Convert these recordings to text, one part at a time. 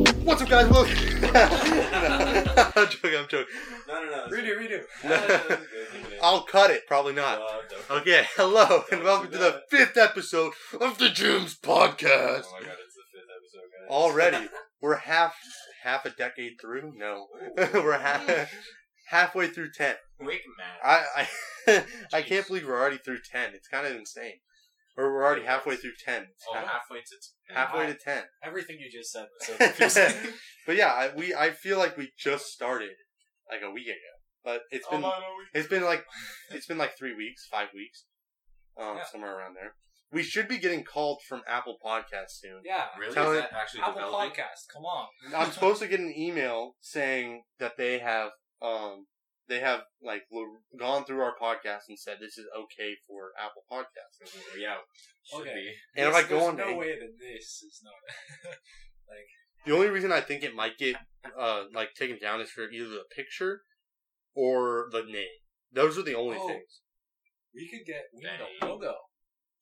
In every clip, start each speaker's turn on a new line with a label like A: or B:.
A: guys, welcome. no, I'm joking. I'm joking.
B: No, no, no. it's-
A: Redo, redo.
B: No, no, no, it's good, it's good.
A: I'll cut it. Probably not.
B: No, it's okay.
A: Okay. Hello and
B: Don't
A: welcome
B: do
A: to the
B: that.
A: fifth episode of the Jim's podcast.
B: Oh my god, it's the fifth episode, guys.
A: Already, we're half half a decade through. No, we're half halfway through ten.
C: Quick math.
A: I I, I can't
C: Jeez.
A: believe we're already through ten. It's kind of insane. Or we're already halfway through ten. It's
B: Oh,
A: kind of-
C: halfway to
A: halfway to ten.
C: everything you just said was so confusing.
A: But yeah, I, we I feel like we just started like a week ago, but it's
C: Oh
A: been it's been like it's been like three weeks, five weeks, um,
C: Yeah.
A: somewhere around there. We should be getting called from Apple Podcasts soon.
C: yeah.
B: Really?
A: Tell
B: Is
A: it-
B: that actually
C: Apple
B: developing?
C: Podcast. Come on.
A: I'm supposed to get an email saying that they have um they have like lo- gone through our podcast and said this is okay for Apple Podcasts.
B: Yeah, should
C: Okay.
B: be.
A: And if
C: There's-
A: I go
C: there's
A: on
C: no
A: to-
C: way that this is not.
A: The only reason I think it might get uh like taken down is for either the picture or the name. Those are the only
C: Oh.
A: things.
C: we could get we
B: Dang.
C: need a logo.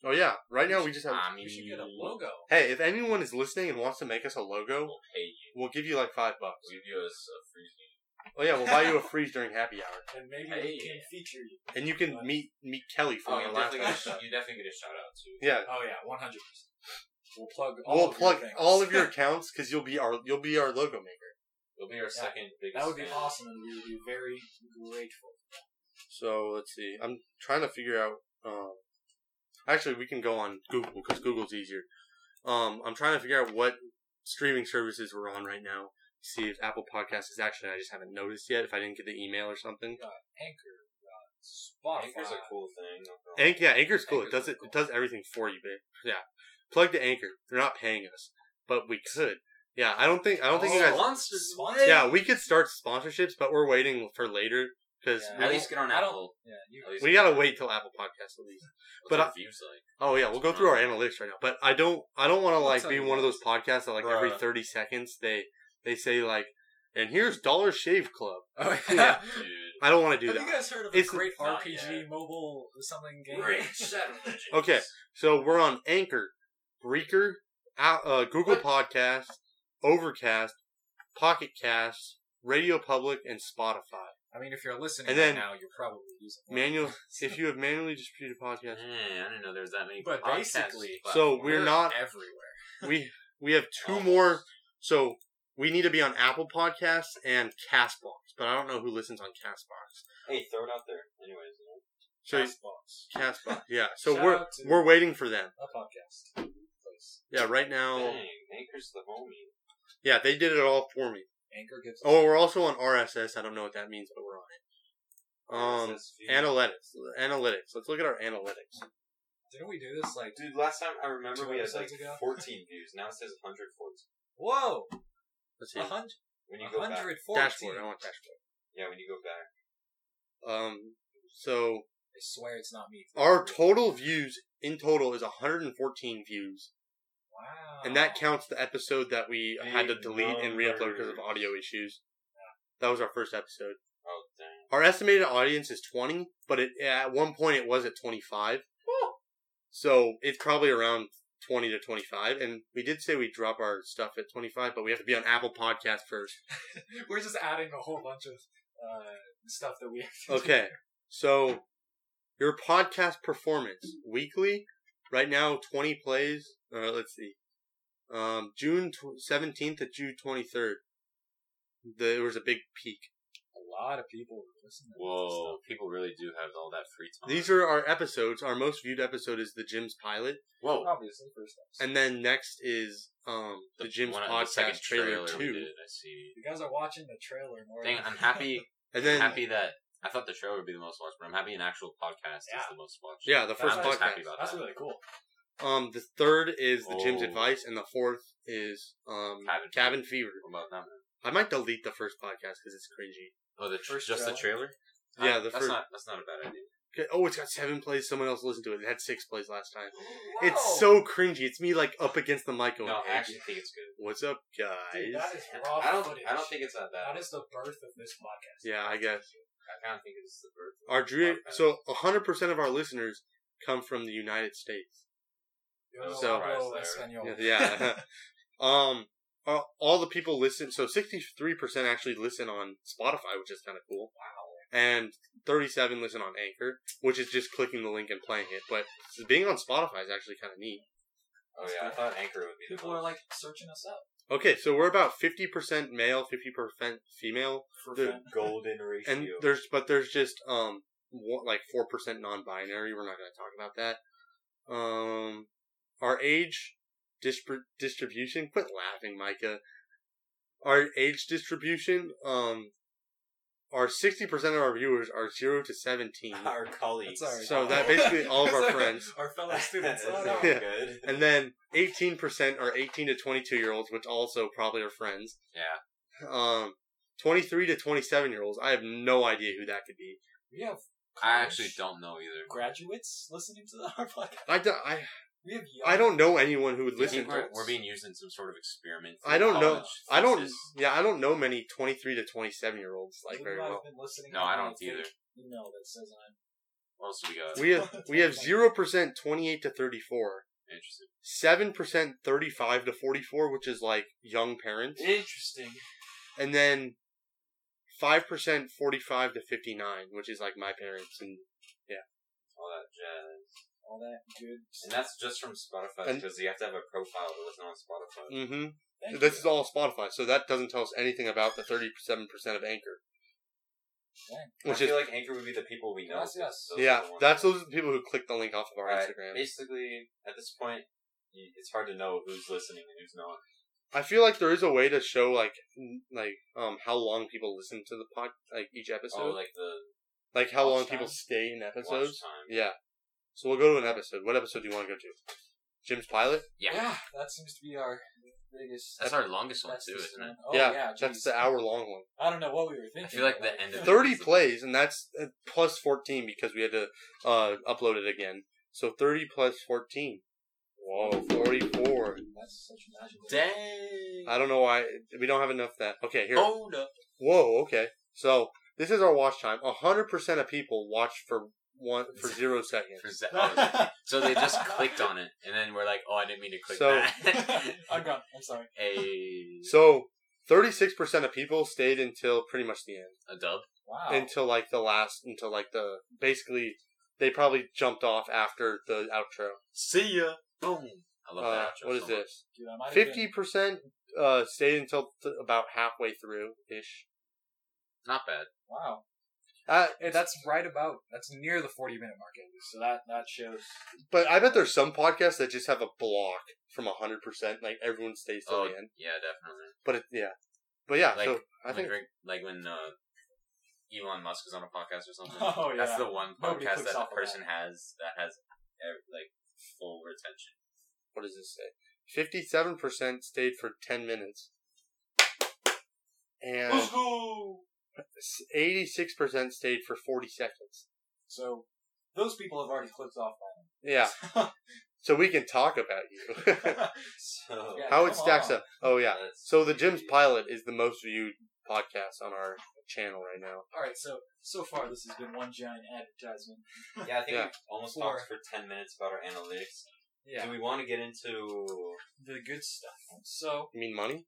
A: Oh yeah, right now we just have.
B: I mean,
C: We should get a logo.
A: Hey, if anyone is listening and wants to make us a logo,
B: We'll pay you.
A: we'll give you like five bucks.
B: We'll give you a, a free game.
A: Oh yeah, we'll buy you a freeze during happy hour,
C: And maybe
B: Hey.
C: we can feature you.
A: and you can meet meet Kelly from
B: Oh,
A: the
B: you
A: last
B: definitely, get a,
A: episode.
B: sh- you definitely get a shout out too.
A: Yeah,
C: Oh yeah, one hundred percent. We'll plug all
A: we'll
C: of
A: plug
C: your things.
A: all of your accounts because you'll be our you'll be our logo maker.
B: We'll be our second biggest.
C: That would be
B: fan.
C: awesome, and we would be very grateful.
A: So let's see. I'm trying to figure out. Um, actually, we can go on Google because Google's easier. Um, I'm trying to figure out what streaming services we're on right now. See if Apple Podcast is actually. I just haven't noticed yet. If I didn't get the email or something.
C: Anchor, uh,
B: I
C: Spotify.
B: think there's a cool thing.
A: Anch- yeah, Anchor's cool. it
B: Anchor's
A: does it, it does everything for you, babe. Yeah, plug to Anchor. They're not paying us, but we could. Yeah, I don't think I don't think you
C: Oh,
A: guys.
B: Sponsors.
C: Sponsor-
A: Yeah, we could start sponsorships, but we're waiting for later because
C: Yeah.
A: we,
B: At least get on
C: I don't-
B: Apple.
C: Yeah, you,
B: At least
A: we gotta wait till Apple Podcasts at least.
B: What's
A: but
B: our
A: I-
B: views like?
A: Oh yeah, we'll go through our analytics right now. But I don't I don't want to like
C: tell
A: be
C: you
A: one of those podcasts that like every
B: Bruh.
A: thirty seconds they they say like, and here's Dollar Shave Club.
C: yeah.
B: Dude.
A: I don't want to do
C: Have
A: that.
C: you guys heard of a
A: Oh, It's-
C: great
B: Not
C: RPG
B: yet.
C: mobile something game?
B: Great settlers.
A: Okay. So we're on Anchor, Breaker, uh, uh, Google Podcast, Overcast, Pocket Cast, Radio Public, and Spotify.
C: I mean, if you're listening
A: And
C: right
A: then-
C: now, you're probably using one.
A: Manual. if you have manually distributed podcasts,
B: Man, I didn't know there's that many.
C: But
B: podcast
C: basically-
B: platforms.
A: So we're not-
C: everywhere.
A: we we have two
C: Oh.
A: more. So we need to be on Apple Podcasts and Castbox, but I don't know who listens on Castbox.
B: Hey, throw it out there. Anyways, you know.
A: So
C: Castbox,
A: Castbox, yeah. So
C: Shout
A: we're
C: out to-
A: we're waiting for them.
C: a podcast place.
A: Yeah, right now.
B: Dang, Anchor's the homie.
A: Yeah, they did it all for me.
C: Anchor gives.
A: Oh, we're also on RSS. I don't know what that means, but we're on it. Um,
B: RSS feed.
A: Analytics. Analytics. Let's look at our analytics.
C: Didn't we do this like?
B: Dude, last time I remember
C: Two
B: we had like
C: episodes ago?
B: 14 views. Now it says 114.
C: Whoa,
A: Let's see.
C: a hundred,
B: When you
C: a
B: go back,
C: hundred fourteen.
A: Dashboard. I want dashboard.
B: yeah, when you go back,
A: Um, so
C: I swear it's not me.
A: our total views in total is 114 views,
C: Wow.
A: and that counts the episode that we had to
B: Big
A: delete and re-upload because of
B: numbers.
A: audio issues. That was our first episode.
B: oh dang,
A: Our estimated audience is 20, but it, at one point it was at 25. So it's probably around 20 to 25. And we did say we drop our stuff at 25, but we have to be on Apple Podcast first.
C: We're just adding a whole bunch of uh, stuff that we. Have to
A: Okay. So your podcast performance weekly, right now, 20 plays. Uh, let's see. Um, June tw- 17th to June 23rd. There was a big peak.
C: do. A lot of people are listening.
B: whoa, people really do have all that free time.
A: These are our episodes. Our most viewed episode is the Jim's Pilot.
B: whoa.
C: To Obviously, first episode.
A: And then next is um the, Jim's
B: one-
A: podcast
B: second
A: trailer,
B: we
A: two,
B: did, I see.
C: you guys are watching the trailer more.
B: Dang,
C: than-
B: I'm happy.
A: and then
B: happy that I thought the trailer would be the most watched, but I'm happy an actual podcast is
C: Yeah.
B: the most watched.
A: yeah, the first
B: I'm just
A: podcast.
B: happy about
C: That's
B: that.
C: really cool.
A: Um, the third is the Jim's
B: Oh.
A: advice, and the fourth is um
B: Cabin
A: cabin,
B: Fever.
A: fever.
B: What about that? man?
A: I might delete the first podcast because it's cringy.
B: Oh, the tr-
C: First
B: just the trailer.
A: Yeah,
B: Uh,
A: the
B: that's
A: first-
B: Not, that's not a bad idea.
A: Okay, Oh, it's got seven plays. Someone else listened to it. It had six plays last time.
C: Whoa!
A: It's so cringy. It's me like up against the mic going,
B: No, I
A: "Hey,
B: actually think it's good.
A: "What's up, guys?"
C: Dude, that is raw
B: I don't.
C: footage.
B: I don't think it's not that.
C: that is the birth of this podcast.
A: yeah, I guess
B: I kind of think it's the birth. of
A: our
B: the
A: dream.
B: podcast.
A: So, hundred percent of our listeners come from the United States.
C: Yo
A: So-
C: hablo
B: Surprise there.
C: español.
A: Yeah. um, uh, all the people listen. So sixty three percent actually listen on Spotify, which is kind of cool. Wow. And thirty seven listen on Anchor, which is just clicking the link and playing it. But being on Spotify is actually kind of neat.
D: Oh yeah, I thought Anchor would be the
C: People are
D: most.
C: like searching us up.
A: Okay, so we're about fifty percent male, fifty percent female,
C: For
A: Dude,
C: fun.
E: Golden ratio.
A: and there's but there's just um one, like four percent non-binary. We're not going to talk about that. Um, our age distrib- distribution. Quit laughing, Micah. Our age distribution. Um, our sixty percent of our viewers are zero to seventeen,
E: our colleagues.
C: That's all right.
A: So that basically all of our friends.
C: our fellow students.
E: That's
C: Oh,
E: not
C: no.
A: Yeah.
E: good.
A: and then eighteen percent are eighteen to twenty-two year olds, which also probably are friends.
D: yeah.
A: Um, twenty-three to twenty-seven year olds. I have no idea who that could be.
C: We have
D: I actually
C: college
D: don't know either.
C: graduates listening to the, our podcast.
A: I, do, I
C: We have young
A: I don't know anyone who would
D: I
A: listen
D: think
A: to
D: we're,
A: us.
D: we're being used in some sort of experiment.
A: I don't know.
D: College
A: I don't.
D: thesis.
A: Yeah, I don't know many twenty-three to twenty-seven year olds like
C: people
A: very
C: who have
A: well.
C: been listening
D: No,
C: to
D: I
C: my
D: don't
C: fake
D: either.
C: Email that says I'm
D: What else do we got?
A: We have we have zero percent twenty-eight to thirty-four,
D: Interesting.
A: seven percent thirty-five to forty-four, which is like young parents,
C: interesting.
A: and then five percent forty-five to fifty-nine, which is like my parents, and
D: All that jazz.
C: All that good.
D: And that's just from Spotify
A: And-
D: because you have to have a profile to listen on Spotify.
A: hmm
C: Thank
A: this
C: you.
A: is all Spotify, so that doesn't tell us anything about the thirty-seven percent of Anchor,
D: I
A: which
D: feel
A: is
D: like Anchor would be the people we know.
C: Yes, yes.
D: because those are
A: yeah,
D: the ones
A: that's
D: that-
A: those are the people who click the link off of our
D: Alright,
A: Instagram.
D: Basically, at this point, y- it's hard to know who's listening and who's not. Oh,
A: I feel like there is a way to show like n- like um how long people listen to the pod like each episode,
D: Oh,
A: like,
D: like the
A: how
D: watch
A: long
D: time?
A: people stay in
D: watch
A: episodes.
D: time.
A: Yeah. So we'll go to an episode. What episode do you want to go to? Jim's pilot.
C: Yeah.
D: Yeah.
C: that seems to be our biggest.
D: That's our longest one
C: bestest
D: too, isn't
C: one.
D: it?
C: Oh,
A: yeah,
C: yeah,
A: that's
C: geez.
A: the hour long one.
C: I don't know what we were thinking.
D: feel like
C: but,
D: the end of it.
A: Thirty plays, and that's uh, plus fourteen because we had to uh upload it again. So thirty plus fourteen. Whoa, forty-four.
C: That's such magical.
D: Dang.
A: I don't know why we don't have enough of that. Okay, Uh, here.
D: Oh no.
A: Whoa, okay. So this is our watch time. hundred percent of people watch for one for zero seconds.
D: For Ze- oh, so they just clicked on it, and then we're like, "Oh, I didn't mean to click
A: So-
D: that."
C: I'm gone. I'm sorry.
D: a
A: So thirty six percent of people stayed until pretty much the end.
D: a dub.
C: Wow.
A: Until like the last until like the basically they probably jumped off after the outro.
D: See ya. Boom. I love
A: Uh,
D: that. outro
A: what is
D: so much.
A: this?
C: Dude, I might have
A: Fifty percent uh stayed until th- about halfway through ish.
D: Not bad.
C: been- Wow.
A: Uh,
C: Hey, that's right about. That's near the 40 minute mark at least. So that that shows.
A: but I bet there's some podcasts that just have a block from hundred percent, like everyone stays till
D: Oh
A: the end.
D: yeah, definitely.
A: But it, yeah, but yeah.
D: Like,
A: so I
D: When
A: think
D: Greg- like when uh, Elon Musk is on a podcast or something.
C: Oh,
D: That's
C: yeah.
D: the one
C: Nobody
D: podcast
C: clicks
D: that
C: off
D: the
C: on
D: person has that has ev- like full retention.
A: what does this say? Fifty-seven percent stayed for ten minutes, and
C: go.
A: eighty-six percent stayed for forty seconds.
C: So those people have already clicked off by
A: Yeah, so we can talk about you.
D: So
C: Yeah,
A: How it
C: come
A: stacks
C: on.
A: up? Oh yeah.
D: Let's
A: So the Jim's
D: see.
A: pilot is the most viewed podcast on our channel right now.
C: All right. So so far this has been one giant advertisement.
D: Yeah, I think
A: Yeah.
D: we almost
C: Four.
D: talked for ten minutes about our analytics. Do
C: Yeah.
D: we want to get into
C: The good stuff. So
A: You mean money?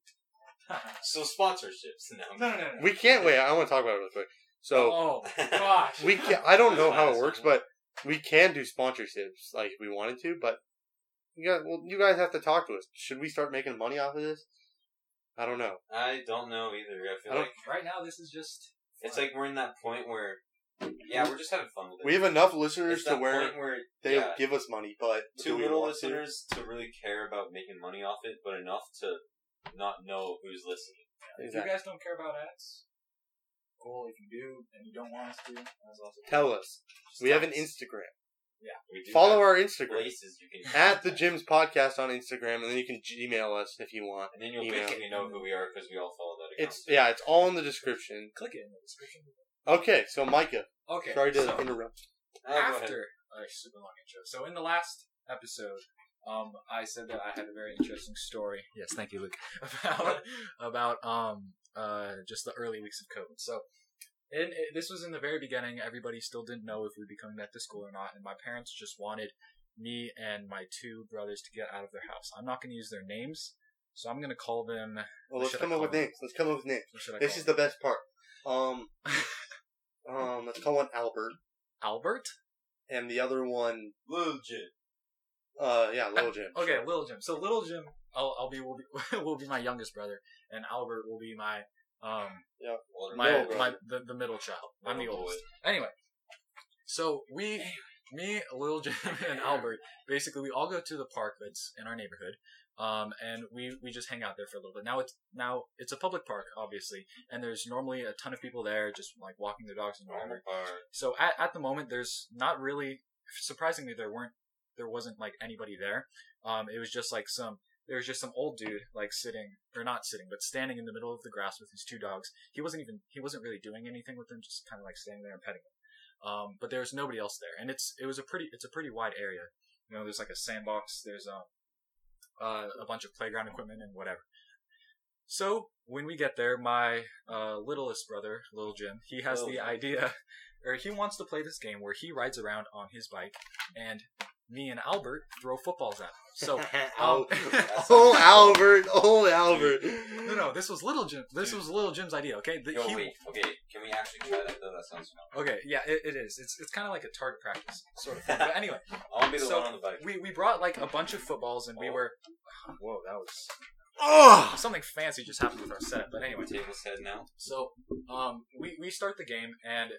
C: no
D: so sponsorships? No.
C: no no. no.
A: We can't wait. I want to talk about it real quick. So
C: oh gosh.
A: we can. I don't know how it works, but we can do sponsorships like if we wanted to. But you guys, well, you guys have to talk to us. Should we start making money off of this? I don't know.
D: I don't know either. I feel
A: I don't-
D: like
C: right now this is just.
D: it's like we're in that point where yeah, we're just having fun with it.
A: We have enough
D: It's
A: listeners to
D: that
A: where
D: point where
A: they
D: yeah,
A: give us money, but do
D: too
A: we
D: little
A: want to?
D: listeners to? really care about making money off it, but enough to not know who's listening.
C: If
A: Exactly.
C: you guys don't care about ads, cool. If you do and you don't want us to, that's also cool.
A: Tell us.
C: Just
A: We
C: tell
A: have an
C: us.
A: Instagram.
D: We do
A: Follow our
D: have
A: Instagram
D: places you can
A: at the Jim's Podcast on Instagram, and then you can Gmail us if you want.
D: and then you'll
A: email.
D: basically know who we are because we all follow that account.
A: It's yeah, it's all in the description.
C: Click it in the description.
A: Okay, so Micah,
C: Okay.
A: sorry to
C: so-
A: interrupt.
D: Oh, go ahead.
C: after a super long intro. So in the last episode, um, I said that I had a very interesting story. Yes, thank you, Luke. About about um uh just the early weeks of COVID. So. In, it- this was in the very beginning. Everybody still didn't know if we'd be coming back to school or not, and my parents just wanted me and my two brothers to get out of their house. I'm not going to use their names So I'm gonna call them.
A: Well, let's
C: should I
A: come up with
C: call it?
A: names. Let's come up with names.
C: What should I
A: This
C: call
A: is
C: them?
A: the best part. Um, um, let's call one Albert,
C: Albert.
A: and the other one,
B: Lil Jim.
A: uh, yeah, Lil Jim.
C: Okay,
A: sure.
C: Little Jim. So Little Jim, I'll, I'll be will be will be my youngest brother, and Albert will be my um
B: Older
C: my
B: brother.
C: my the, the middle child. I'm the
B: Middle boy.
C: oldest. Anyway, so we, me, Lil Jim, and Albert, basically we all go to the park that's in our neighborhood, um, and we we just hang out there for a little bit. Now it's now it's a public park, obviously, and there's normally a ton of people there, just like walking their dogs and whatever.
B: Normal bar.
C: So at, at the moment, there's not really, surprisingly, there weren't, there wasn't like anybody there. Um, it was just like some, there was just some old dude like sitting, or not sitting, but standing in the middle of the grass with his two dogs. He wasn't even, he wasn't really doing anything with them, just kind of like standing there and petting them. Um, but there's nobody else there, and it's it was a pretty it's a pretty wide area. You know, there's like a sandbox. There's um, uh, a bunch of playground equipment and whatever. So when we get there, my uh, littlest brother, little Jim, he has
B: Little
C: the
B: Jim.
C: idea, or he wants to play this game where he rides around on his bike, and me and Albert throw footballs at him. So
A: Al-
C: um,
A: oh, Albert, oh, Albert.
C: no, no, this was little Jim. This was little Jim's idea. Okay, that
B: Yo,
C: he-
B: wait. Okay, can we actually try that though? That sounds fun.
C: Okay, yeah, it, it is. It's it's kind of like a target practice sort of thing. But anyway,
B: I'll be the
C: So-
B: one on the bike.
C: we we brought like a bunch of footballs and we were. Whoa, that was
A: Oh,
C: something fancy just happened with our setup. But anyway,
B: Table's head now.
C: so um, we we start the game and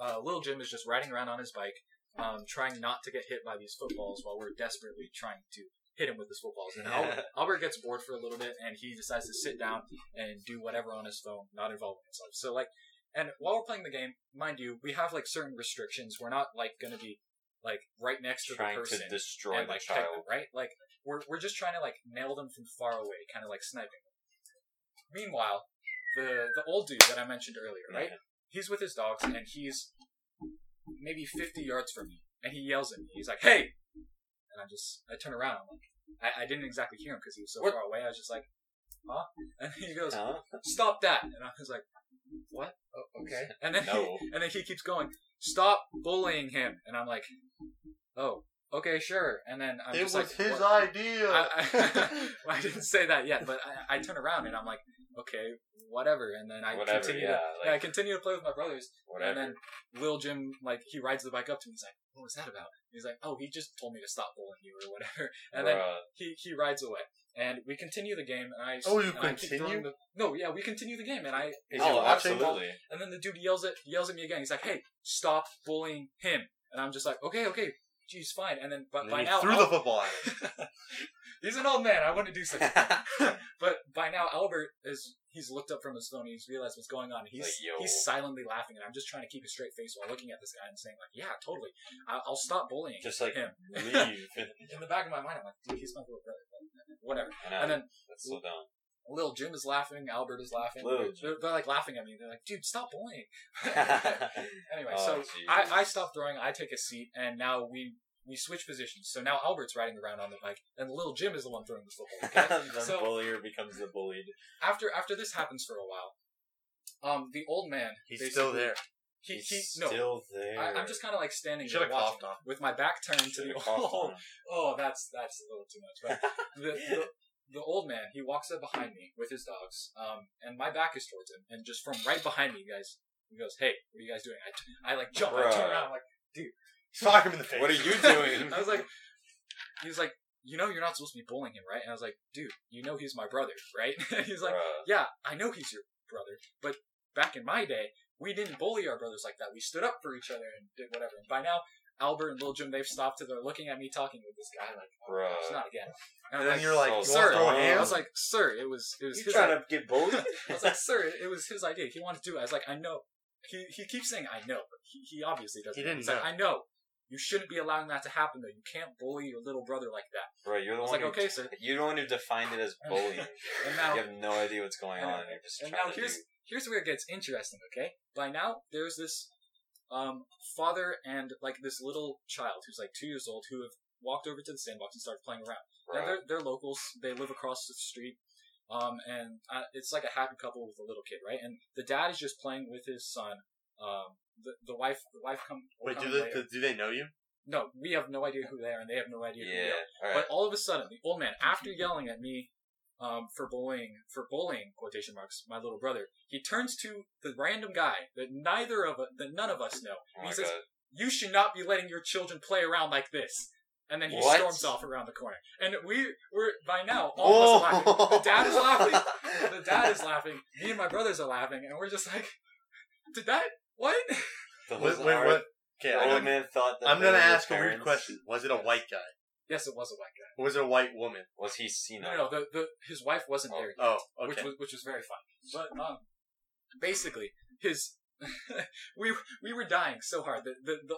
C: uh, little Jim is just riding around on his bike, um, trying not to get hit by these footballs while we're desperately trying to hit him with his footballs. And Albert, Albert gets bored for a little bit and he decides to sit down and do whatever on his phone, not involving himself. So like, and while we're playing the game, mind you, we have like certain restrictions. We're not like going to be like right next to the
B: Trying to
C: person
B: destroy
C: and
B: the
C: like peg
B: child.
C: them, right? Like we're we're just trying to like nail them from far away, kind of like sniping. them. Meanwhile, the the old dude that I mentioned earlier, right? He's with his dogs and he's maybe fifty yards from me, and he yells at me. He's like, "Hey!" And I just I turn around. I'm like, I, I didn't exactly hear him because he was so
B: What? Uh.
C: far away. I was just like, "Huh?" And he goes,
B: Huh?
C: "Stop that!" And I was like, "What? Oh, okay." And then
B: No.
C: and then he keeps going, "Stop bullying him," and I'm like, "Oh, okay, sure." And then I'm
A: it was
C: just like,
A: his
C: what-
A: idea.
C: I- well, I didn't say that yet, but I, I turn around and I'm like, "Okay, whatever." And then I
B: Whatever,
C: continue.
B: yeah,
C: to, yeah, I
B: like-
C: continue to play with my brothers,
B: Whatever.
C: and then Lil Jim, like, he rides the bike up to me. He's like, "What was that about?" He's like, "Oh, he just told me to stop bullying you or whatever." And then
B: Bruh.
C: he he rides away. And we continue the game, and I
A: Oh, you
C: and I keep throwing
A: continue?
C: the- no, yeah, we continue the game, and I
A: Is he
B: oh,
A: watching?
B: absolutely.
C: and then the dude yells at yells at me again. He's like, "Hey, stop bullying him." And I'm just like, "Okay, okay, geez, fine." And then, but
A: And
C: by
A: he
C: now,
A: threw the
C: Al-
A: football at him.
C: he's an old man. I wouldn't do something. but by now, Albert is he's looked up from his phone. He's realized what's going on. He's
B: Like, yo.
C: he's silently laughing, and I'm just trying to keep a straight face while looking at this guy and saying like, "Yeah, totally. I- I'll stop bullying."
B: Just like
C: him.
B: leave.
C: In the back of my mind, I'm like, "Dude, he's my little brother." but Whatever.
B: and
C: And
B: then
C: then
B: that's so dumb.
C: Lil Jim is laughing. Albert is laughing.
B: Lil
C: They're-
B: Jim.
C: They're, they're like laughing at me. They're like, "Dude, stop bullying." Anyway,
B: Oh,
C: so
B: geez.
C: I, I stop throwing, I take a seat, and now we we switch positions. So now Albert's riding around on the bike, and little Jim is the one throwing the football. okay?
B: the
C: So-
B: bullier becomes the bullied.
C: after after this happens for a while, um, the old man
A: He's still
C: basically-
A: there.
C: He,
B: He's
C: he no,
B: still there.
C: I, I'm just kind of like standing
A: Should've
C: there watching,
A: coughed on.
C: with my back turned to the
B: Should've coughed
C: old.
B: on him.
C: Oh, that's that's a little too much. But the, the the old man he walks up behind me with his dogs, um, and my back is towards him, and just from right behind me, guys, he goes, "Hey, what are you guys doing?" I, I like jump, I
B: Bruh.
C: turn around, I'm like.
A: Sock him in the face.
B: What are you doing?
C: I was like, he was like, you know, you're not supposed to be bullying him, right? And I was like, dude, you know, he's my brother, right? he's like,
B: Bruh.
C: yeah, I know he's your brother, but back in my day, we didn't bully our brothers like that. We stood up for each other and did whatever. And by now, Albert and Lil Jim, they've stopped and they're looking at me talking with this guy, like, oh,
B: Bruh.
C: gosh, not again.
A: And
C: And, I'm
A: then
C: like,
A: you're
B: so
A: like, you want to
C: sir,
A: throw a
B: dumb.
A: hand?
C: I was like, sir, it was, it was
B: you
C: his
B: trying
C: idea."
B: to get bullied?
C: I was like, sir, it was his idea. He wanted to do it. I was like, I know. He he keeps saying I know, but he, he obviously doesn't.
A: He didn't
C: He's
A: know.
C: like, I know. You shouldn't be allowing that to happen though. You can't bully your little brother like that.
B: Bro, you're
C: I
B: the
C: was
B: one.
C: like,
B: who,
C: okay, sir.
B: You're the one who defined it as bullying.
C: And now
B: you have no idea what's going
C: I know.
B: on. You're just
C: and
B: trying
C: now
B: to
C: here's
B: do-
C: here's where it gets interesting, okay? By now there's this um father and like this little child who's like two years old who have walked over to the sandbox and started playing around. Now,
B: Bruh.
C: they're, they're locals. They live across the street. Um, and uh it's like a happy couple with a little kid, right? And the dad is just playing with his son. Um, the, the wife, the wife come. will
A: Wait,
C: come
A: do they,
C: later.
A: do- do they know you?
C: no, we have no idea who they are, and they have no idea who we
B: Yeah.
C: are.
B: All right. Oh
C: But all of a sudden, the old man, after yelling at me, um, for bullying, for bullying quotation marks, my little brother. He turns to the random guy that neither of that none of us know.
B: Oh
C: He
B: my
C: says-
B: god.
C: You should not be letting your children play around like this. And then he
B: What?
C: storms off around the corner. And we we're by now all of us are laughing.
A: Oh!
C: The dad is laughing. the dad is laughing. Me and my brothers are laughing, and we're just like, "Did that? What?
B: The
A: Wait, wait,
B: Lazard-
A: what? Okay,
B: The
A: I
B: old
A: gotta-
B: man thought that
A: I'm
B: they
A: gonna
B: were
A: ask a weird
B: parents.
A: question. Was it a white guy?
C: yes, it was a white guy.
A: Or was it a white woman?
B: Was he senile?
C: No, no, the, the his wife wasn't there, yet,
A: Oh, okay.
C: which was which was very fun. But um, basically, his we we were dying so hard. The, the the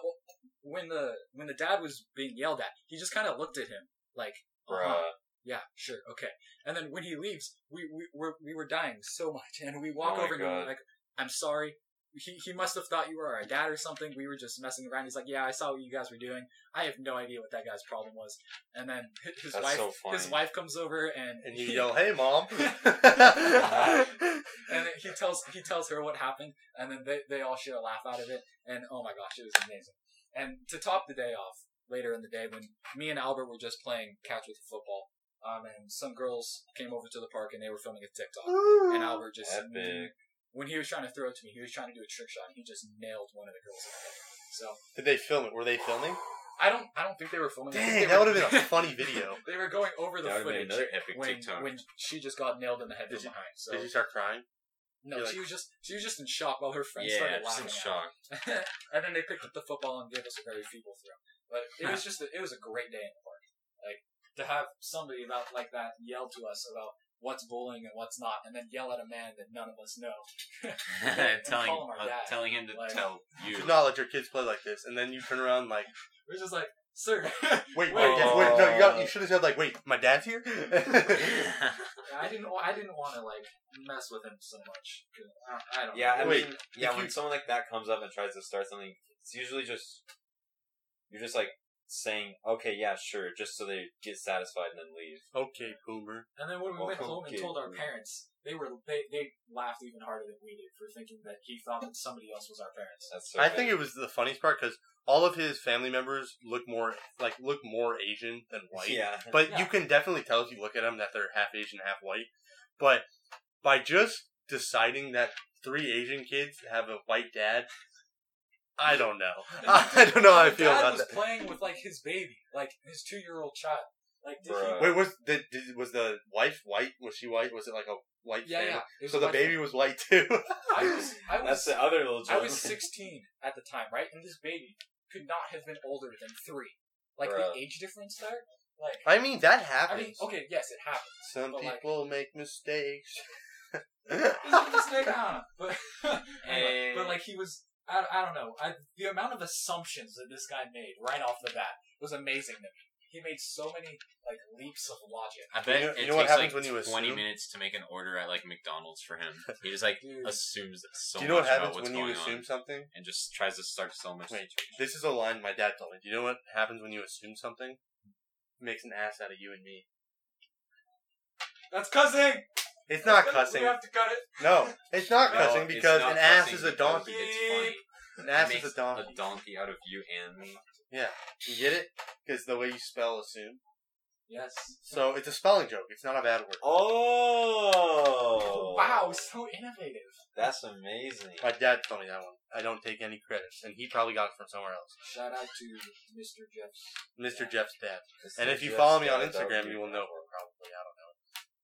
C: when the when the dad was being yelled at, he just kind of looked at him like,
B: Bruh.
C: "Uh-huh, yeah, sure, okay." And then when he leaves, we we were we were dying so much, and we walk
B: Oh my
C: over and we're
B: God.
C: like, "I'm sorry." He, he must have thought you were our dad or something. We were just messing around. He's like, "Yeah, I saw what you guys were doing. I have no idea what that guy's problem was." And then hi- his
B: That's
C: wife
B: so funny.
C: his wife comes over and
A: and you yell, "Hey, mom!"
C: and he tells he tells her what happened, and then they, they all share a laugh out of it, and oh my gosh, it was amazing. And to top the day off, later in the day, when me and Albert were just playing catch with the football, um, and some girls came over to the park and they were filming a TikTok, and Albert just
B: Epic.
C: when he was trying to throw it to me, he was trying to do a trick shot, and he just nailed one of the girls. In the head. So
A: Did they film it? Were they filming?
C: I don't I don't think they were filming. I think
A: Dang,
C: they
A: that
C: were-
A: would have been a funny video.
C: they were going over the
B: That would have been
C: footage
B: another epic
C: when,
B: TikTok.
C: when she just got nailed in the head
A: Did
C: from
A: you-
C: behind. So
A: Did you start crying?
C: No,
A: You're
C: she was just she was just in shock while her friends
B: yeah,
C: started
B: just in
C: laughing. at her.
B: shock.
C: and then they picked up the football and gave us a very feeble throw. But it was just a, it was a great day in the park. Like to have somebody about like that yell to us about what's bullying and what's not, and then yell at a man that none of us know.
D: And telling,
C: call him our
D: uh,
C: dad.
D: telling him to
C: Like-
D: tell you.
A: You acknowledge your kids play like this, and then you turn around like,
C: We're just like, sir,
A: "Wait,
C: Wait.
A: wait, wait no, you, got, you should have said like, wait, my dad's here."
C: I didn't wa- I didn't want to like mess with him so much. 'cause I, I don't.
B: Yeah, I
C: know.
A: Wait,
B: mean, yeah,
A: if
B: when
A: you-
B: someone like that comes up and tries to start something, it's usually just you're just like saying, "Okay, yeah, sure," just so they get satisfied and then leave.
A: okay, boomer.
C: And then when we went
B: Welcome,
C: home and
B: kid.
C: told our parents, they were they, they laughed even harder than we did for thinking that he thought that somebody else was our parents.
B: That's so
A: I
B: good.
A: think it was the funniest part because all of his family members look more like look more Asian than white.
B: yeah,
A: But
C: Yeah.
A: you can definitely tell if you look at them that they're half Asian, half white. But by just deciding that three Asian kids have a white dad, I don't know. I don't know how I
C: The
A: feel
C: dad
A: about
C: was
A: that.
C: playing with like his baby, like his two year old child. Like did
B: Bruh.
A: Wait, was the did, was the wife white? Was she white? Was it like a white?
C: he, yeah,
A: family?
C: yeah. It was
A: So the
C: like-
A: baby was white too.
C: I was, I
B: that's
C: was,
B: the other little joke.
C: I was sixteen at the time, right? And this baby could not have been older than three. Like
B: Bruh.
C: the age difference there, like
A: I mean, that
C: I
A: happens.
C: mean, okay, yes, it happened.
A: Some
C: but, like-
A: people make mistakes.
C: He's a mistake, huh? But
D: Hey.
C: but like he was, I, I don't know. I, the amount of assumptions that this guy made right off the bat was amazing to me. He made so many like leaps of logic.
D: I bet
A: You know-
D: it
A: you
D: takes
A: know what happens
D: like
A: when you
D: 20
A: assume?
D: minutes to make an order at like McDonald's for him. He just like
C: Dude.
D: assumes so
A: Do you know
D: much
A: what
D: about
A: happens
D: what's
A: when
D: going
A: you assume
D: on
A: something?
D: and just tries to start so much.
A: Wait, this is a line my dad told me. Do you know what happens when you assume something? makes an ass out of you and me.
C: That's cussing.
A: It's not
C: We
A: cussing.
C: have to cut it.
A: No, it's not
D: No,
A: cussing
D: it's
A: because
D: not
A: an ass
D: cussing
A: is a
D: because-
A: donkey.
D: It's fine.
A: An ass
D: He
A: is a
D: makes
A: donkey.
D: A donkey out of you and me.
A: You get it? Because the way you spell assume.
C: Yes.
A: So it's a spelling joke. It's not a bad word.
B: Oh,
C: Wow, so innovative.
B: that's amazing.
A: My dad told me that one. I don't take any credit, and he probably got it from somewhere else.
C: Shout out to Mr. Jeff's.
A: Mr. Jeff's dad.
B: It's
A: And
B: the
A: if you
B: best
A: follow me on
B: dad, that would
A: Instagram,
B: be-
A: you will know her. Probably, I don't know.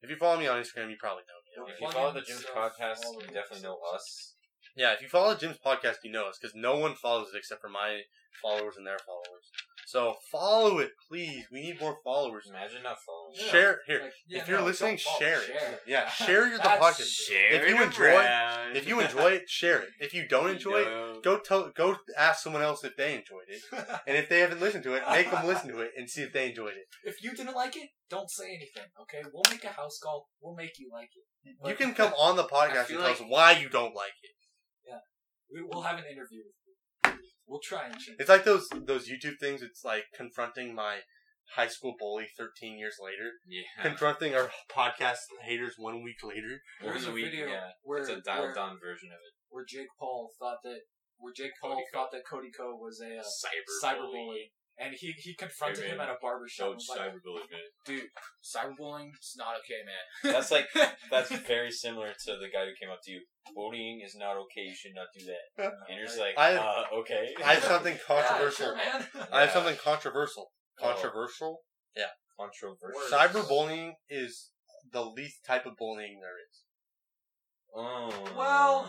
A: If you follow me on Instagram, you probably know me.
B: If
A: already.
B: you
C: Plug
B: follow
C: in
B: the Jim's
C: yourself,
B: podcast,
C: all
B: you
C: the-
B: definitely know us.
A: Yeah, if you follow Jim's podcast, you know us because no one follows it except for my followers and their followers. So follow it, please. We need more followers.
B: Imagine not following.
C: Yeah.
A: Share here.
C: Like, yeah,
A: if you're
C: no,
A: listening,
C: don't fall,
A: share it. Yeah, share your the
C: That's-
A: podcast.
D: Share
A: If you
D: it
A: enjoy-
D: around.
A: If you enjoy it, share it. If you don't enjoy it,
D: No.
A: go tell, go ask someone else if they enjoyed it, and if they haven't listened to it, make them listen to it and see if they enjoyed it.
C: If you didn't like it, don't say anything. Okay, we'll make a house call. We'll make you like it.
A: You
C: Like,
A: can come on the
D: I
A: podcast and
D: feel
A: tell
D: like-
A: us why you don't like it.
C: We, we'll have an interview. We'll try and change.
A: It's like those those YouTube things. It's like confronting my high school bully 13 years later,
D: Yeah.
A: confronting our podcast haters one week later.
C: There was a
D: One week,
C: video
B: yeah.
C: where,
B: It's a
C: where,
B: dialed down version of it.
C: where Jake Paul thought that where Jake Paul
B: Cody
C: thought that Cody Co was a uh,
D: Cyber
C: cyber
D: bully.
C: bully, And he, he confronted
D: Hey, man.
C: him at a barber shop.
D: Show
C: and was like,
D: cyberbullying, man.
C: Dude, cyberbullying's not okay, man.
B: That's like that's very similar to the guy who came up to you. Bullying is not okay. You should not do that. And you're just like,
A: I-
B: uh, okay.
A: I have something controversial.
C: Yeah, sure, man.
A: I have
B: Yeah.
A: something controversial.
B: Oh.
A: Controversial.
B: Controversial.
C: Word.
A: Cyberbullying is the least type of bullying there is.
B: Oh.
C: Well,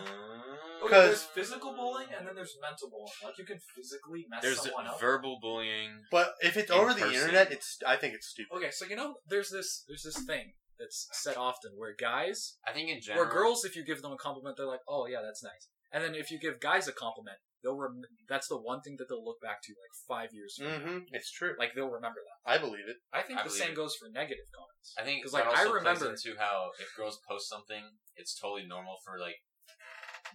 C: Okay, there's
A: 'Cause-
C: physical bullying and then there's mental bullying. Like you can physically mess
D: There's
C: someone up.
D: verbal bullying.
A: But if it's
D: In
A: over the
D: person.
A: internet, it's I think it's stupid.
C: okay, so you know there's this there's this thing that's said often where guys
D: I think in general.
C: or girls if you give them a compliment they're like, "Oh yeah, that's nice." And then if you give guys a compliment, they'll rem- that's the one thing that they'll look back to like 5 years from now.
A: Mm-hmm. It's true.
C: Like they'll remember that.
A: I believe it.
C: I think
D: I
C: the
D: believe
C: same
D: it.
C: goes for negative comments.
D: I think
C: 'Cause,
D: like
C: like, I
D: I remember
C: remember-
D: into how if girls post something, it's totally normal for like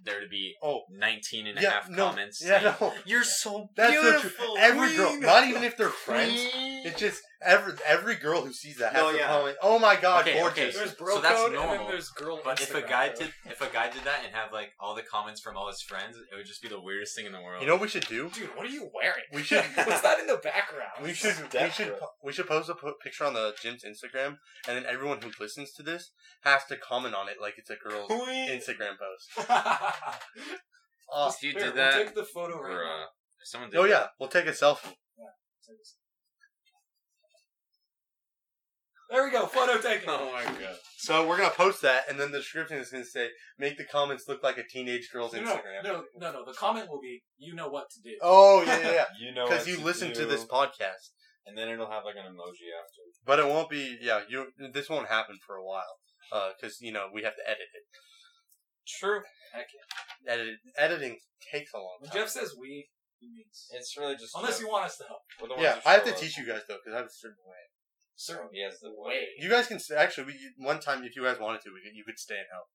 D: there to be
A: Oh.
D: 19 and a
A: yeah,
D: half
A: no,
D: comments.
A: Yeah,
D: saying,
A: no.
D: You're so
A: That's the
D: beautiful.
A: truth. Every girl,
D: queen."
A: not even if they're friends,
D: Queen.
A: it's just every every girl who sees that has
D: No,
A: to
D: yeah.
A: comment. Oh my god,
D: Okay,
A: gorgeous.
D: okay.
C: There's
D: So
C: bro
D: that's
C: code and
D: normal.
C: then there's girl
D: But if a
C: Instagram
D: guy
C: code.
D: did, if a guy did that and have like all the comments from all his friends, it would just be the weirdest thing in the world.
A: You know what we should do?
C: Dude, what are you wearing?
A: We should-
C: What's that in the background?
A: We should we
B: Death
A: should
B: row.
A: po- we should post a po- picture on the gym's Instagram, and then everyone who listens to this has to comment on it like it's a girl's Instagram post. Uh,
D: if you
C: Here, we'll
D: did that,
C: take the photo right
D: or,
C: now.
D: uh, if someone did
A: oh
D: that,
A: yeah, we'll take a selfie.
C: There we go, photo taken.
D: Oh my god.
A: So we're gonna post that, and then the description is gonna say, "Make the comments look like a teenage girl's
C: no, no,
A: Instagram."
C: no, no, no. The comment will be, "You know what to do."
A: Oh yeah, yeah,
B: You know,
A: because
B: what
A: you listen to
B: do,
A: this podcast,
B: and then it'll have like an emoji after.
A: but it won't be. Yeah, you. This won't happen for a while, because you know we have to edit it.
B: True.
C: Heck yeah.
A: Edit, editing takes a long
C: When
A: time.
C: Jeff says "we," he means
B: It's really just
C: unless you want us to help.
B: We're the ones
A: yeah,
B: who
A: I have
B: show
A: to
B: up.
A: teach you guys though, because I have a certain way.
C: Certainly.
B: He has the
C: Way.
A: You guys can s- actually. We, one time, if you guys wanted to, we could, you could stay and help.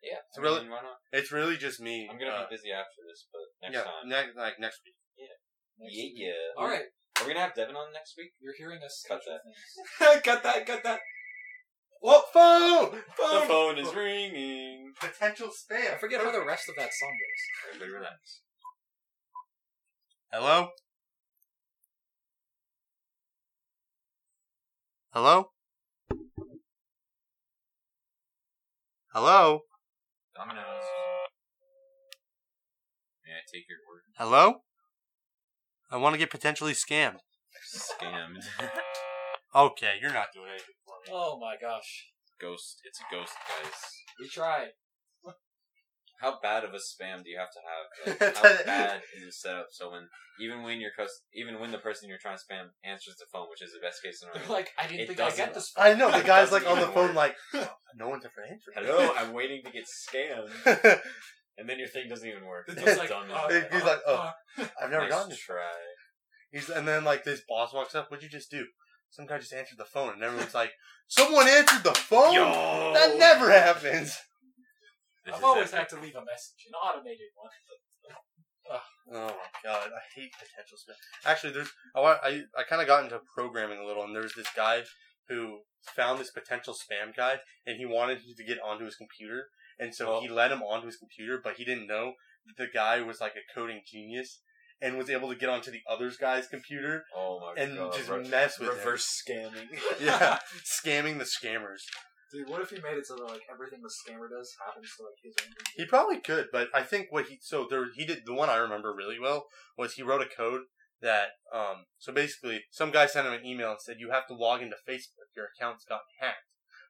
B: Yeah.
A: It's really-
B: mean, why not?
A: It's really just me.
B: I'm gonna
A: uh,
B: be busy after this, but next
A: yeah,
B: time.
A: next like next week.
B: Yeah, yeah.
C: All right,
B: Are we gonna have Devin on next week?
C: you're hearing us.
B: Cut
C: special
B: that.
C: things.
B: cut that. Cut that. What phone? The phone is ringing.
A: Potential
C: I
A: spam.
C: forget how the rest of that song goes.
D: Everybody relax.
A: Hello. Hello. Hello.
D: Dominoes. May I take your word?
A: Hello. I want to get potentially scammed.
D: Scammed.
A: Okay, you're not doing anything for me.
C: Oh my gosh,
D: ghost. It's a ghost, guys.
C: we tried.
B: How bad of a spam do you have to have? Like,
A: That-
B: how bad is it set up so when even when your cus- even when the person you're trying to spam answers the phone, which is the best case
C: They're
B: scenario.
C: like, I didn't
B: It
C: think I
B: doesn't-
C: get this.
A: I know the guy's like
B: Doesn't
A: on the
B: even
A: phone,
B: work.
A: like no one's ever answering.
B: Hello, I'm waiting to get scammed,
A: I've
B: and then your thing doesn't even work.
C: It's
A: It's
C: just like,
B: dumb.
C: uh,
A: He's like, oh.
C: uh,
A: never
B: Nice
A: gotten this.
B: try.
A: He's, and then like this boss walks up. What'd you just do? Some guy just answered the phone, and everyone's like, "Someone answered the phone."
D: Yo.
A: Oh, That never happens.
C: I've
D: This is
C: always
D: epic.
C: had to leave a message, an automated one.
A: Oh my god, I hate potential spam. Actually, there's I wa- I, I kind of got into programming a little, and there's this guy who found this potential spam guy, and he wanted him to get onto his computer, and so
B: Oh.
A: he let him onto his computer, but he didn't know that the guy was like a coding genius and was able to get onto the other guy's computer
B: Oh my
A: and
B: god.
A: just
B: Re-
A: mess with him.
B: reverse scamming.
A: Yeah, scamming the scammers.
C: Dude, what if he made it so that like everything the scammer does happens to like his own?
A: He probably could, but I think what he so there he did the one I remember really well was he wrote a code that um so basically some guy sent him an email and said you have to log into Facebook your account's got hacked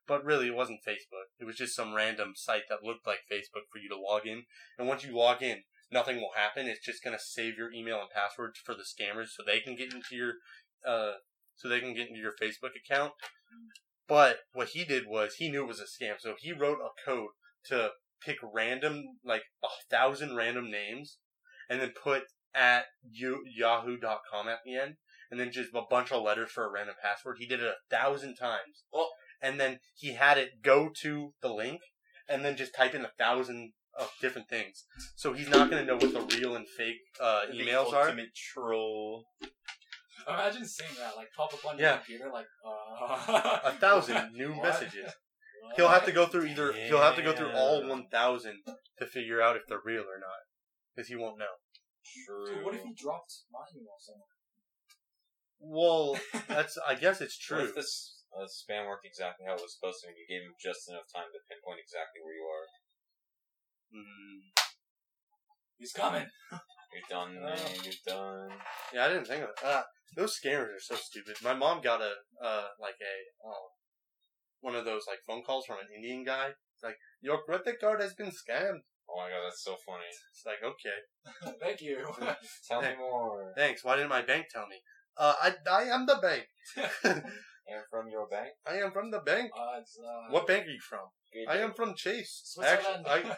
A: but really it wasn't Facebook it was just some random site that looked like Facebook for you to log in and once you log in nothing will happen it's just gonna save your email and password for the scammers so they can get into your uh so they can get into your Facebook account but what he did was he knew it was a scam so he wrote a code to pick random like a thousand random names and then put at you, yahoo.com at the end and then just a bunch of letters for a random password he did it a thousand times
B: Well-
A: and then he had it go to the link and then just type in a thousand of different things so he's not going to know what the real and fake uh, emails
B: the
A: are
B: Ultimate troll.
C: Imagine seeing that like pop up on
A: Yeah.
C: your computer, like uh,
A: a thousand new
C: What?
A: messages he'll have to go through either he'll have to go through all
B: Yeah.
A: 1000 to figure out if they're real or not because he won't know
B: True.
C: Dude, what if he dropped my email somewhere?
A: Well, that's I guess it's
D: What
A: true.
D: if this uh, spam worked exactly how it was supposed to, and you gave him just enough time to pinpoint exactly where you are?
A: Mm,
C: He's coming.
D: You're done,
A: Oh.
D: man. You're done.
A: yeah, I didn't think of that. Uh, those scammers are so stupid. My mom got a uh like a um, one of those like phone calls from an Indian guy. It's like your credit card has been scammed.
D: Oh my god, that's so funny.
A: It's like okay,
C: Thank you.
D: Tell me
A: Hey.
D: more.
A: thanks. Why didn't my bank tell me? Uh, I I am the bank.
D: And from your bank?
A: I am from the bank.
C: Uh, it's, uh,
A: What bank are you from?
D: Good.
A: I am from Chase. Actually,
C: Switzerland.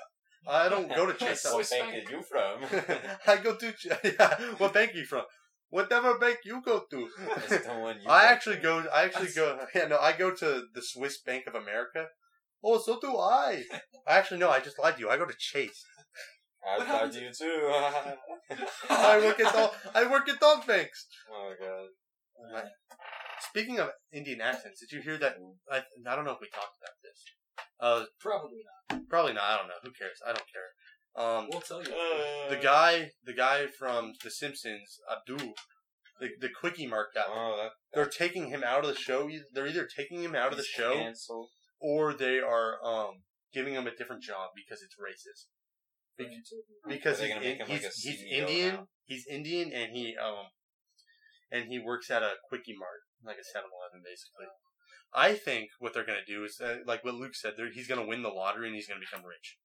A: I I don't go to Chase.
D: What
C: Swiss
D: bank
C: bank.
D: are you from?
A: I go to Ch- yeah, what bank you from? Whatever bank you go to.
D: That's the one you
A: I
D: go
A: actually
D: to.
A: go. I actually go. Yeah, no, I go to the Swiss Bank of America. Oh, so do I. Actually, no, I just lied to you. I go to Chase.
D: I
C: What
D: thought you too. oh
A: I work at all. I work at dog banks.
D: my god.
A: Speaking of Indian accents, did you hear that? I, I don't know if we talked about this. Uh,
C: Probably not.
A: probably not. I don't know. Who cares? I don't care. Um,
C: We'll tell you.
A: the guy, the guy from The Simpsons, Abdul, the the quickie mark guy.
D: Oh, that
A: they're taking him out of the show. They're either taking him out of the
D: he's
A: show
D: Canceled.
A: or they are um giving him a different job because it's racist. Because
D: Are they
A: he's,
D: gonna make
A: in-
D: him like
A: he's,
D: a
A: he's
D: CEO
A: Indian.
D: now?
A: He's Indian, and he um and he works at a quickie mart, like a 7-Eleven, basically. I think what they're gonna do is uh, like what Luke said. they're- He's gonna win the lottery and he's gonna become rich.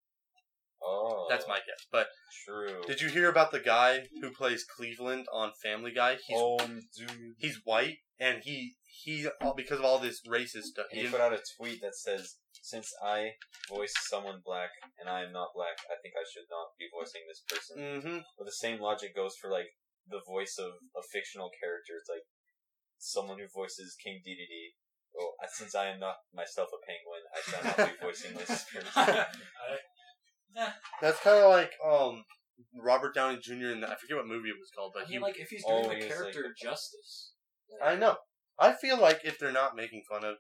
D: Oh,
A: That's my guess. But
D: true.
A: did you hear about the guy who plays Cleveland on Family Guy? He's
D: oh, dude.
A: he's white, and he he all because of all this racist stuff. he
D: And he
A: didn't-
D: put out a tweet that says, "Since I voice someone black and I am not black, I think I should not be voicing this person."
A: Mm-hmm.
D: But the same logic goes for like the voice of a fictional character. It's like someone who voices King Dedede. Well, Oh, I- since I am not myself a penguin, I shall not be voicing this person.
A: That's kind of like um Robert Downey Jr. in the, I forget what movie it was called,
C: I
A: but he.
C: mean, like, if he's doing
D: always,
C: the
D: like-
C: character justice.
A: I know. I feel like if they're not making fun of,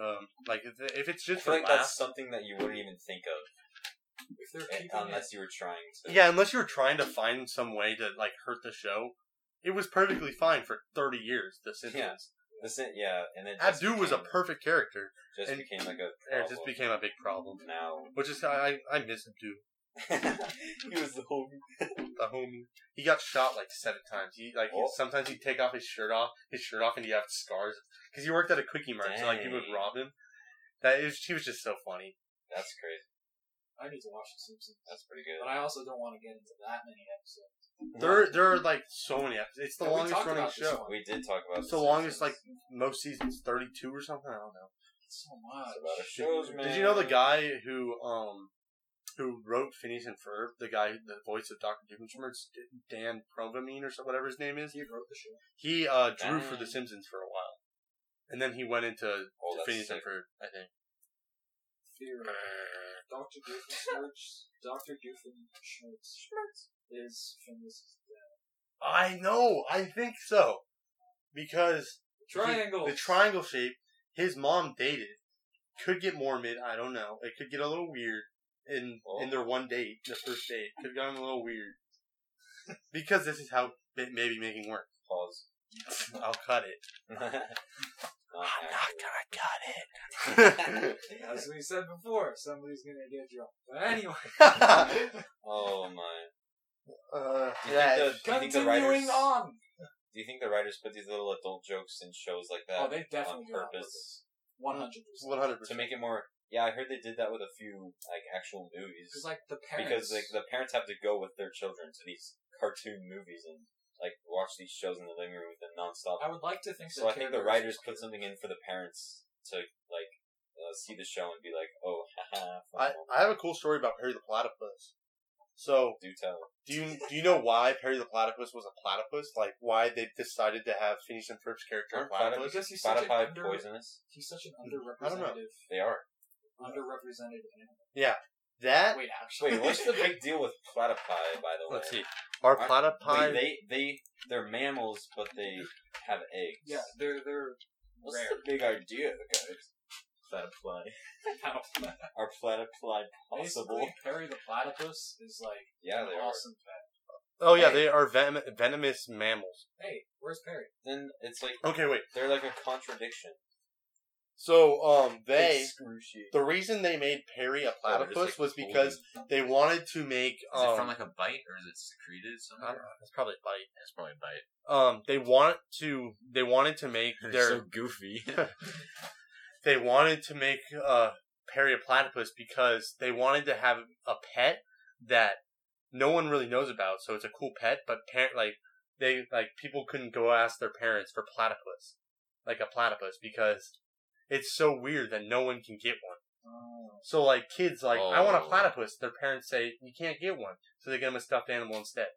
A: um, like if, if it's
D: I
A: just for
D: feel like that's
A: laughs.
D: something that you wouldn't even think of
C: If they're
D: eh,
C: keeping it.
D: unless you were trying to.
A: Yeah, unless you're trying to find some way to like hurt the show, it was perfectly fine for thirty years. The Simpsons.
D: This is- yeah, and then
A: Abdu was a perfect character,
D: just
A: and-
D: became like a
A: and it just became a big problem.
D: problem now.
A: Which is I I I miss Abdu,
D: he was the whole
A: the homie. He got shot like seven times. He like he-
D: Oh.
A: sometimes he'd take off his shirt off, his shirt off, and he had scars because he worked at a quickie mart, so like you would
D: Dang.
A: rob him. That is, he was just so funny.
D: That's crazy.
C: I need to watch The Simpsons.
D: That's pretty good.
C: But I also don't want to get into that many episodes.
A: There, there are like so many episodes. It's the
C: Yeah, we
A: longest
C: talked
A: running
C: about this
A: show.
C: one.
D: We did talk about
A: It's the
D: The
A: longest, like
D: Simpsons.
A: most seasons, thirty two or something. I don't know.
C: So much.
D: It's about a shows, man.
A: Did you know the guy who um who wrote Phineas and Ferb? The guy, the voice of Doctor Doofenshmirtz, Dan Provamine or so, whatever his name is.
C: He wrote the show.
A: He uh drew for The
D: Dang.
A: Simpsons for a while, and then he went into
D: Oh, that's
A: Phineas and
D: sick.
A: Ferb. I think.
C: Theory. Dr. Doofenshmirtz. Dr. Doofenshmirtz. Is from this.
A: Uh, I know. I think so because
C: Triangle.
A: the triangle shape his mom dated could get morbid i don't know it could get a little weird in
D: Oh.
A: in their one date the first date could have gotten a little weird because this is how it may be making work
D: pause?
A: i'll cut it
D: Not
A: Ah,
D: Ah,
A: gonna cut it
C: As we said before, somebody's gonna get drunk. But anyway,
D: oh my!
A: uh,
D: Do you,
A: yeah,
D: think the, do you think the writers?
C: continuing on.
D: Do you think the writers put these little adult jokes in shows like that
C: Oh, they definitely
D: on
C: do on
D: purpose
C: One hundred
A: 100%
C: percent.
D: to make it more? Yeah, I heard they did that with a few like actual movies
C: Because like the parents.
D: because like the parents have to go with their children to these cartoon movies and like watch these shows in the living room with them nonstop.
C: I would like to think.
D: So I think the
C: caregivers-
D: writers put something in for the parents to like uh, see the show and be like, "Oh, haha,
A: I,
D: fun.
A: I have a cool story about perry the platypus so
D: do tell."
A: Do you do you know why Perry the Platypus was a platypus? Like why they decided to have Phineas and Ferb's character a
D: Aren't
A: platypus?
C: Because he's such an
D: Spotify
C: under,
D: poisonous.
C: he's such an
A: I don't know.
C: underrepresented,
D: They are.
C: underrepresented animal.
A: That
C: Wait, actually,
D: Wait, what's the big deal with platypi? By the way,
A: let's see, are
D: Aren't-
A: platypi?
D: Wait, they they they're mammals, but they have eggs.
C: Yeah, they're they're
D: What's
C: rare.
D: the big idea, guys? Platypi. Are platypi possible?
C: Basically, Perry the platypus is like
D: Yeah,
C: an
D: they are.
C: awesome pet.
A: Oh yeah,
B: Hey.
A: they are venom- venomous mammals.
C: Hey, where's Perry?
B: Then it's like
A: Okay, wait.
B: they're like a contradiction.
A: So um, they
B: Excruciating.
A: the reason they made Perry a platypus
D: Oh, like,
A: was
D: holding-
A: because they wanted to make
D: Is
A: um,
D: it from like a bite or is it
A: I
D: secreted
A: don't
D: somewhere?
A: know, it's probably a bite.
D: It's probably a bite.
A: Um, they want to they wanted to make their
D: goofy.
A: they wanted to make uh, Perry a platypus because they wanted to have a pet that no one really knows about. So it's a cool pet, but par- like they like people couldn't go ask their parents for platypus, like a platypus, because it's so weird that no one can get one. So like kids like I want a
D: Oh.
A: platypus. Their parents say you can't get one, so they get them a stuffed animal instead.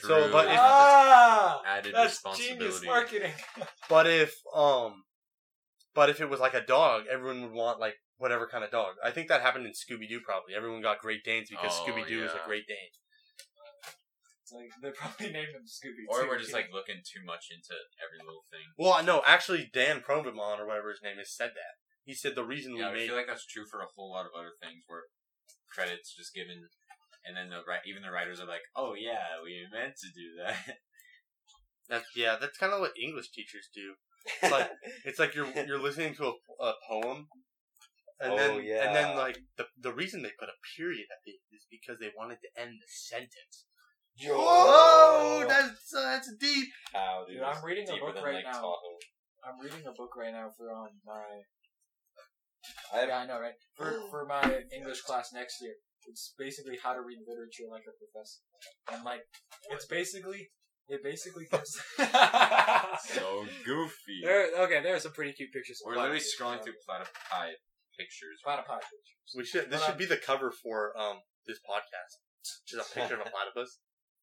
D: True.
A: So, but if-
D: That's
B: ah,
D: added
B: that's genius
D: responsibility.
B: marketing.
A: But if um, but if it was like a dog, everyone would want like whatever kind of dog. I think that happened in Scooby Doo. Probably everyone got Great Danes because
D: Oh,
A: Scooby Doo is
D: yeah.
A: a Great Dane.
B: It's like they probably named him Scooby.
D: Or
B: too.
D: we're just like looking too much into every little thing.
A: Well, no, actually Dan Provenmon or whatever his name is said that. He said the reason
D: Yeah, I
A: we made
D: feel like that's true for a whole lot of other things where credits just given, and then the ri- even the writers are like, "Oh yeah, we meant to do that."
A: that's yeah, that's kind of what English teachers do. It's like it's like you're you're listening to a, a poem. And
B: Oh,
A: then, and
B: yeah.
A: then, like the the reason they put a period at the end is because they wanted to end the sentence.
B: Yo.
A: Whoa, that's uh, that's deep.
B: Wow,
C: Dude, I'm reading a
B: deeper
C: book
B: than
C: right
B: Lake
C: now.
B: Tahoe.
C: I'm reading a book right now for um my
B: I
C: yeah I know right for
B: Oh.
C: for my English class next year. It's basically how to read literature like a professor, and like it's basically it basically gives.
D: so goofy.
C: there, okay, there's some pretty cute pictures. of
D: We're literally
C: platypus.
D: scrolling through platypi pictures.
C: platypus.
A: We should. This
C: But,
A: should
C: uh,
A: be the cover for um this podcast. Just a picture of a platypus.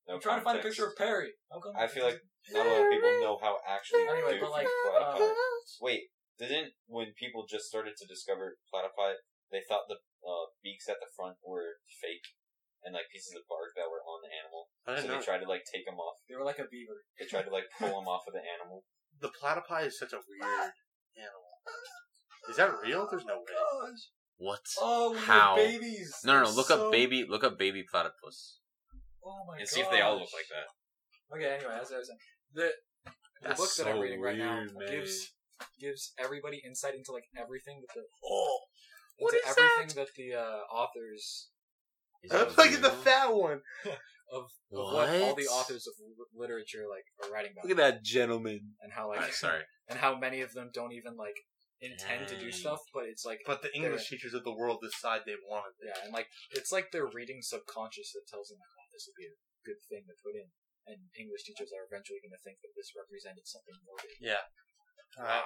B: no
C: I'm trying to find a
B: context.
C: picture of Perry. How come-
B: I feel like not a lot of people know how actually
C: Anyway,
B: goofy
C: but like,
B: platypi.
C: uh,
B: Wait, didn't when people just started to discover platypi, they thought the uh, beaks at the front were fake and like pieces of bark that were on the animal.
A: I
B: So
A: didn't
B: they
A: know.
B: tried to like take them off.
C: they were like a beaver.
B: They tried to like pull them off of the animal.
A: The platypi is such a weird animal. Is that real? There's no way.
D: What?
C: Oh, we were
D: How?
C: babies.
D: No, no, no.
C: They're
D: Look
C: so-
D: up baby. Look up baby platypus
C: Oh my
D: and see if they all look
C: gosh.
D: like that.
C: Okay, anyway, as I was saying, the the
D: That's
C: book that I'm
D: so
C: reading right now
D: weird, man.
C: gives gives everybody insight into like everything that the
A: Oh,
C: into everything that, the uh, authors
A: look at the fat one.
C: of, of what? all the authors of li- literature like are writing about,
D: that gentleman.
C: and how like
D: Alright, sorry.
C: and how many of them don't even like intend to do
D: Dang.
C: stuff, but it's like
A: But the English teachers of the world decide they want it.
C: yeah, and like it's like they're reading subconscious that tells them like, oh, this would be a good thing to put in, and English teachers are eventually going to think that this represented something more. big.
A: Alright.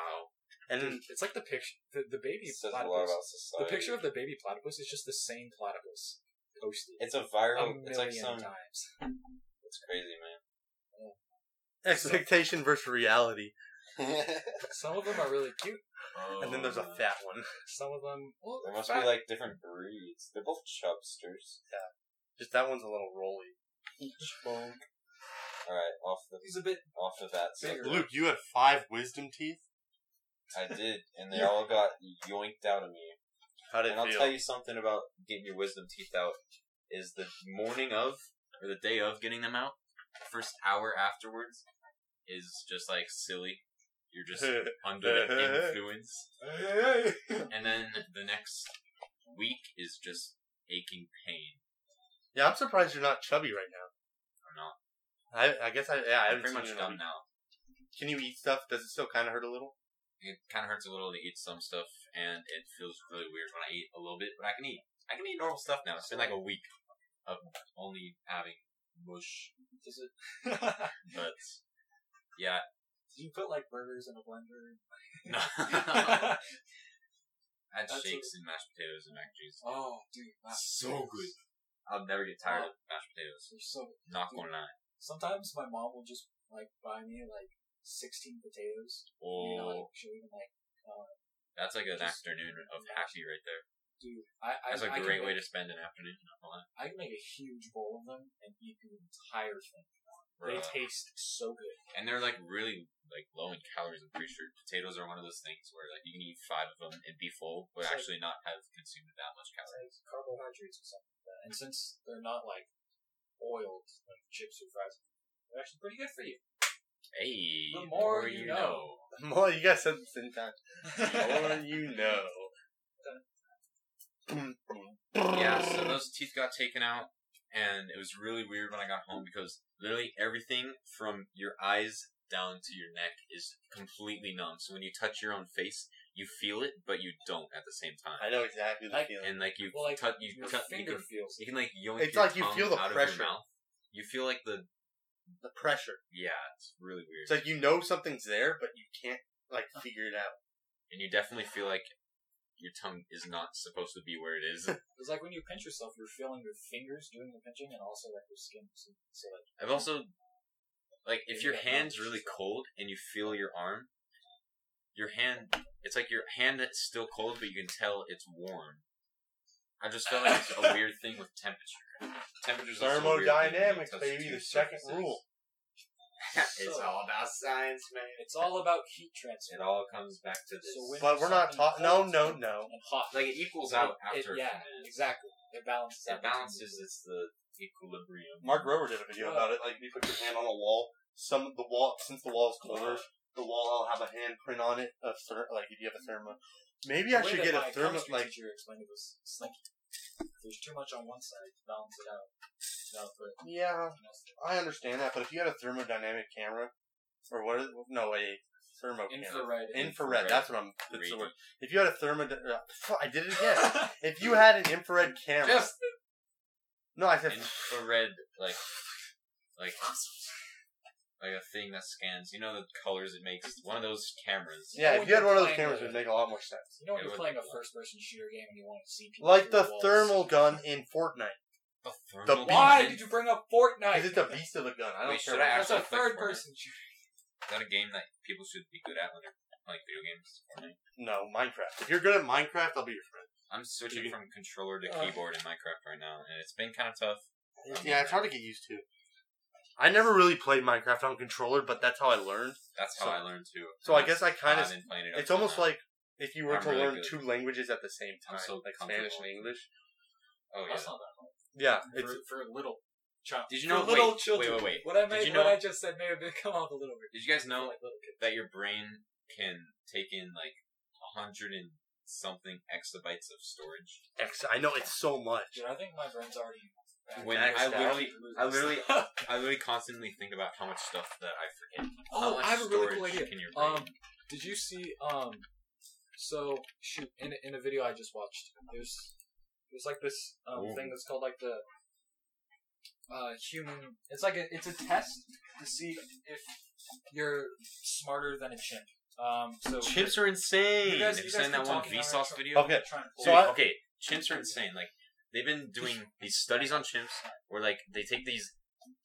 A: And then,
C: Dude, it's like the picture, the, the baby
B: It Hmm. says a lot
C: platypus.
B: about
C: The
B: society.
C: picture of the baby platypus is just the same platypus posted
B: it's a
C: a
B: viral.
C: million
B: It's like some.
C: times.
B: It's crazy, man.
A: expectation versus reality.
C: Some of them are really cute.
A: And then there's
B: Oh.
A: a fat one.
C: Some of them, well,
B: there
C: they're
B: must
C: fat.
B: be like different breeds. They're both chubsters.
A: Just that one's a little rolly.
B: All right, off the
C: he's a bit.
B: off the bat. So
C: Bigger.
A: Luke, you had five wisdom teeth.
B: I did, and they all got yoinked out of me.
A: How did
B: And I'll
A: it feel?
B: tell you something about
D: Getting your wisdom teeth out is the morning of or the day of getting them out. First hour afterwards is just like silly. You're just under the influence. And then the next week is just aching pain.
A: yeah, I'm surprised you're not chubby right now.
D: I'm not.
A: I, I guess I yeah I haven't
D: I'm pretty
A: seen you
D: much
A: in a
D: done
A: week.
D: now.
A: Can you eat stuff? Does it still kind of hurt a little?
D: It kind of hurts a little to eat some stuff, and it feels really weird when I eat a little bit. But I can eat. I can eat normal stuff now. It's been like a week of only having mush.
C: Does it? Did
D: But yeah,
C: you put like burgers in a blender?
D: no. I had
C: That's
D: shakes and mashed potatoes and mac and cheese.
C: Oh, dude, wow.
D: So good. I'll never get tired
C: Oh.
D: of mashed potatoes.
C: They're so.
D: Not gonna lie.
C: Sometimes my mom will just like buy me like sixteen potatoes. You know, like
D: Oh,
C: she'll even like, uh,
D: that's like an
C: Just-
D: afternoon of happy right there.
C: dude, I. I
D: That's a
C: I
D: great
C: can
D: way to
C: make,
D: spend an afternoon. Not gonna lie.
C: I can make a huge bowl of them and eat the entire thing. They
D: Bruh.
C: taste so good.
D: and they're like really like low in calories. I'm pretty sure potatoes are one of those things where like you can eat five of them and be full, but
C: It's like-
D: actually not have consumed that much
C: It's
D: calories.
C: like carbohydrates or something like that. And since they're not like oiled like chips or fries. They're actually pretty good for you.
D: Hey,
C: The more you know.
A: Well, you guys said the same time. Or you know.
D: Yeah, so those teeth got taken out, and it was really weird when I got home because literally everything from your eyes down to your neck is completely numb. So when you touch your own face, you feel it, but you don't at the same
A: I
D: time.
A: know exactly the
C: Like-
A: feeling.
D: And like you
C: Well, like
D: touch, you
C: your
D: touch, you
C: finger
D: can,
C: feels.
D: you can like yoink
A: It's
D: your
A: like you
D: tongue
A: feel the
D: out of
A: pressure.
D: your mouth. You feel like the
A: The pressure.
D: yeah, it's really weird.
A: It's like you know something's there, but you can't like figure it out.
D: and you definitely feel like your tongue is not supposed to be where it is.
C: It's like when you pinch yourself, you're feeling your fingers doing the pinching, and also like your skin. So, so like
D: I've also like if your
C: Yeah,
D: hand's
C: no,
D: really
C: it's just-
D: cold and you feel your arm, your hand it's like your hand that's still cold but you can tell it's warm. I just felt like it's a weird thing with temperature. Temperature's also a weird thing when you
A: Thermodynamics,
D: touch
A: baby,
D: two
A: the second
D: surfaces.
A: rule.
D: it's all
A: about science, man.
C: it's all about heat transfer.
D: it all comes back to this.
C: So when-
A: But we're not talking. No, no, no.
C: And hot.
D: like it equals out
C: It-
D: after a few
C: yeah,
D: minutes.
C: exactly. It balances.
D: It
C: out between
D: balances
C: the
D: it's the equilibrium.
A: Mark Rober did a video about it. Like, you put your hand on a wall. Some the wall, since the wall's corners, the wall will have a handprint on it. Of ther- like, if you have a thermo, maybe
C: two.
A: I
C: The way
A: should
C: that
A: get a
C: my
A: thermo.
C: chemistry
A: Like,
C: teacher explained it was it's like there's too much on one side to balance it out. No, but
A: yeah, I understand that. But if you had a thermodynamic camera, or what? Is, no, a thermo camera.
C: infrared.
A: Infrared. That's what I'm. That's the
D: Reading.
A: word. If you had a thermo, uh, I did it again. if you had an infrared camera,
C: Just
A: no, I said
D: infrared like like like a thing that scans. You know the colors it makes. One of those cameras.
A: Yeah,
C: Or
A: if you had one of those
C: playing
A: cameras, it
C: the-
A: would make a lot more sense.
C: you know when you're
D: It would-
C: playing a first-person shooter game and you want to see people
A: Like the
C: through walls?
A: thermal gun in Fortnite.
D: The
A: The beam.
C: Why did you bring up Fortnite?
A: Because it's a beast of a gun. I don't
D: Wait,
A: care.
D: should I
A: about
C: That's a
D: actually click
C: third-person shooter.
D: Is that a game that people should be good at when they're playing video games?
A: No, Minecraft. If you're good at Minecraft, I'll be your friend.
D: I'm switching
A: You-
D: from controller to
A: Uh.
D: keyboard in Minecraft right now, and it's been kind of tough.
A: Yeah, it's hard to get used to. I never really played Minecraft on controller, but that's how I learned.
D: That's how
A: So-
D: I learned too.
A: So I guess I kind of.
D: I've been playing it. up
A: It's
D: till
A: almost
D: now.
A: like if you were
D: I'm
A: to
D: really
A: learn
D: good.
A: two languages at the same
D: I'm
A: time,
D: so
A: like Spanish and
D: comfortable.
A: English.
D: oh yeah.
C: That's not that hard.
A: Yeah, it's
C: For, for a little child.
D: Did
C: For
D: you know? Wait,
C: little
D: wait,
C: children.
D: wait, wait.
C: What I
D: Did
C: made,
D: you know?
C: what I just said may have been come off a little weird.
D: Did you guys
C: No,
D: know
C: like little kids.
D: that your brain can take in like a hundred and something exabytes of storage?
A: ex- I know it's so much.
C: Dude, I think my brain's already. back.
D: When
A: Maxed
D: I
A: out.
D: literally, I literally,
C: Oh,
D: I literally constantly think about how much stuff that I forget. how
C: oh,
D: much
C: I have a really cool
D: storage
C: idea.
D: Can your brain?
C: Um, did you see? Um, so shoot, in in a video I just watched, there's there's like this um,
D: Ooh.
C: thing that's called like the uh human. It's like a, it's a test to see if you're smarter than a chimp. Um, so
D: chimps are insane.
C: You guys-
D: Have
C: you
D: you
C: guys
D: seen that
C: keep
D: one
C: talking, Oh, I'm
D: Vsauce
C: trying-
D: video?
A: Okay,
C: trying to pull
A: So
D: So
C: it.
A: I-
D: okay, chimps are insane. Like they've been doing these studies on chimps where like they take these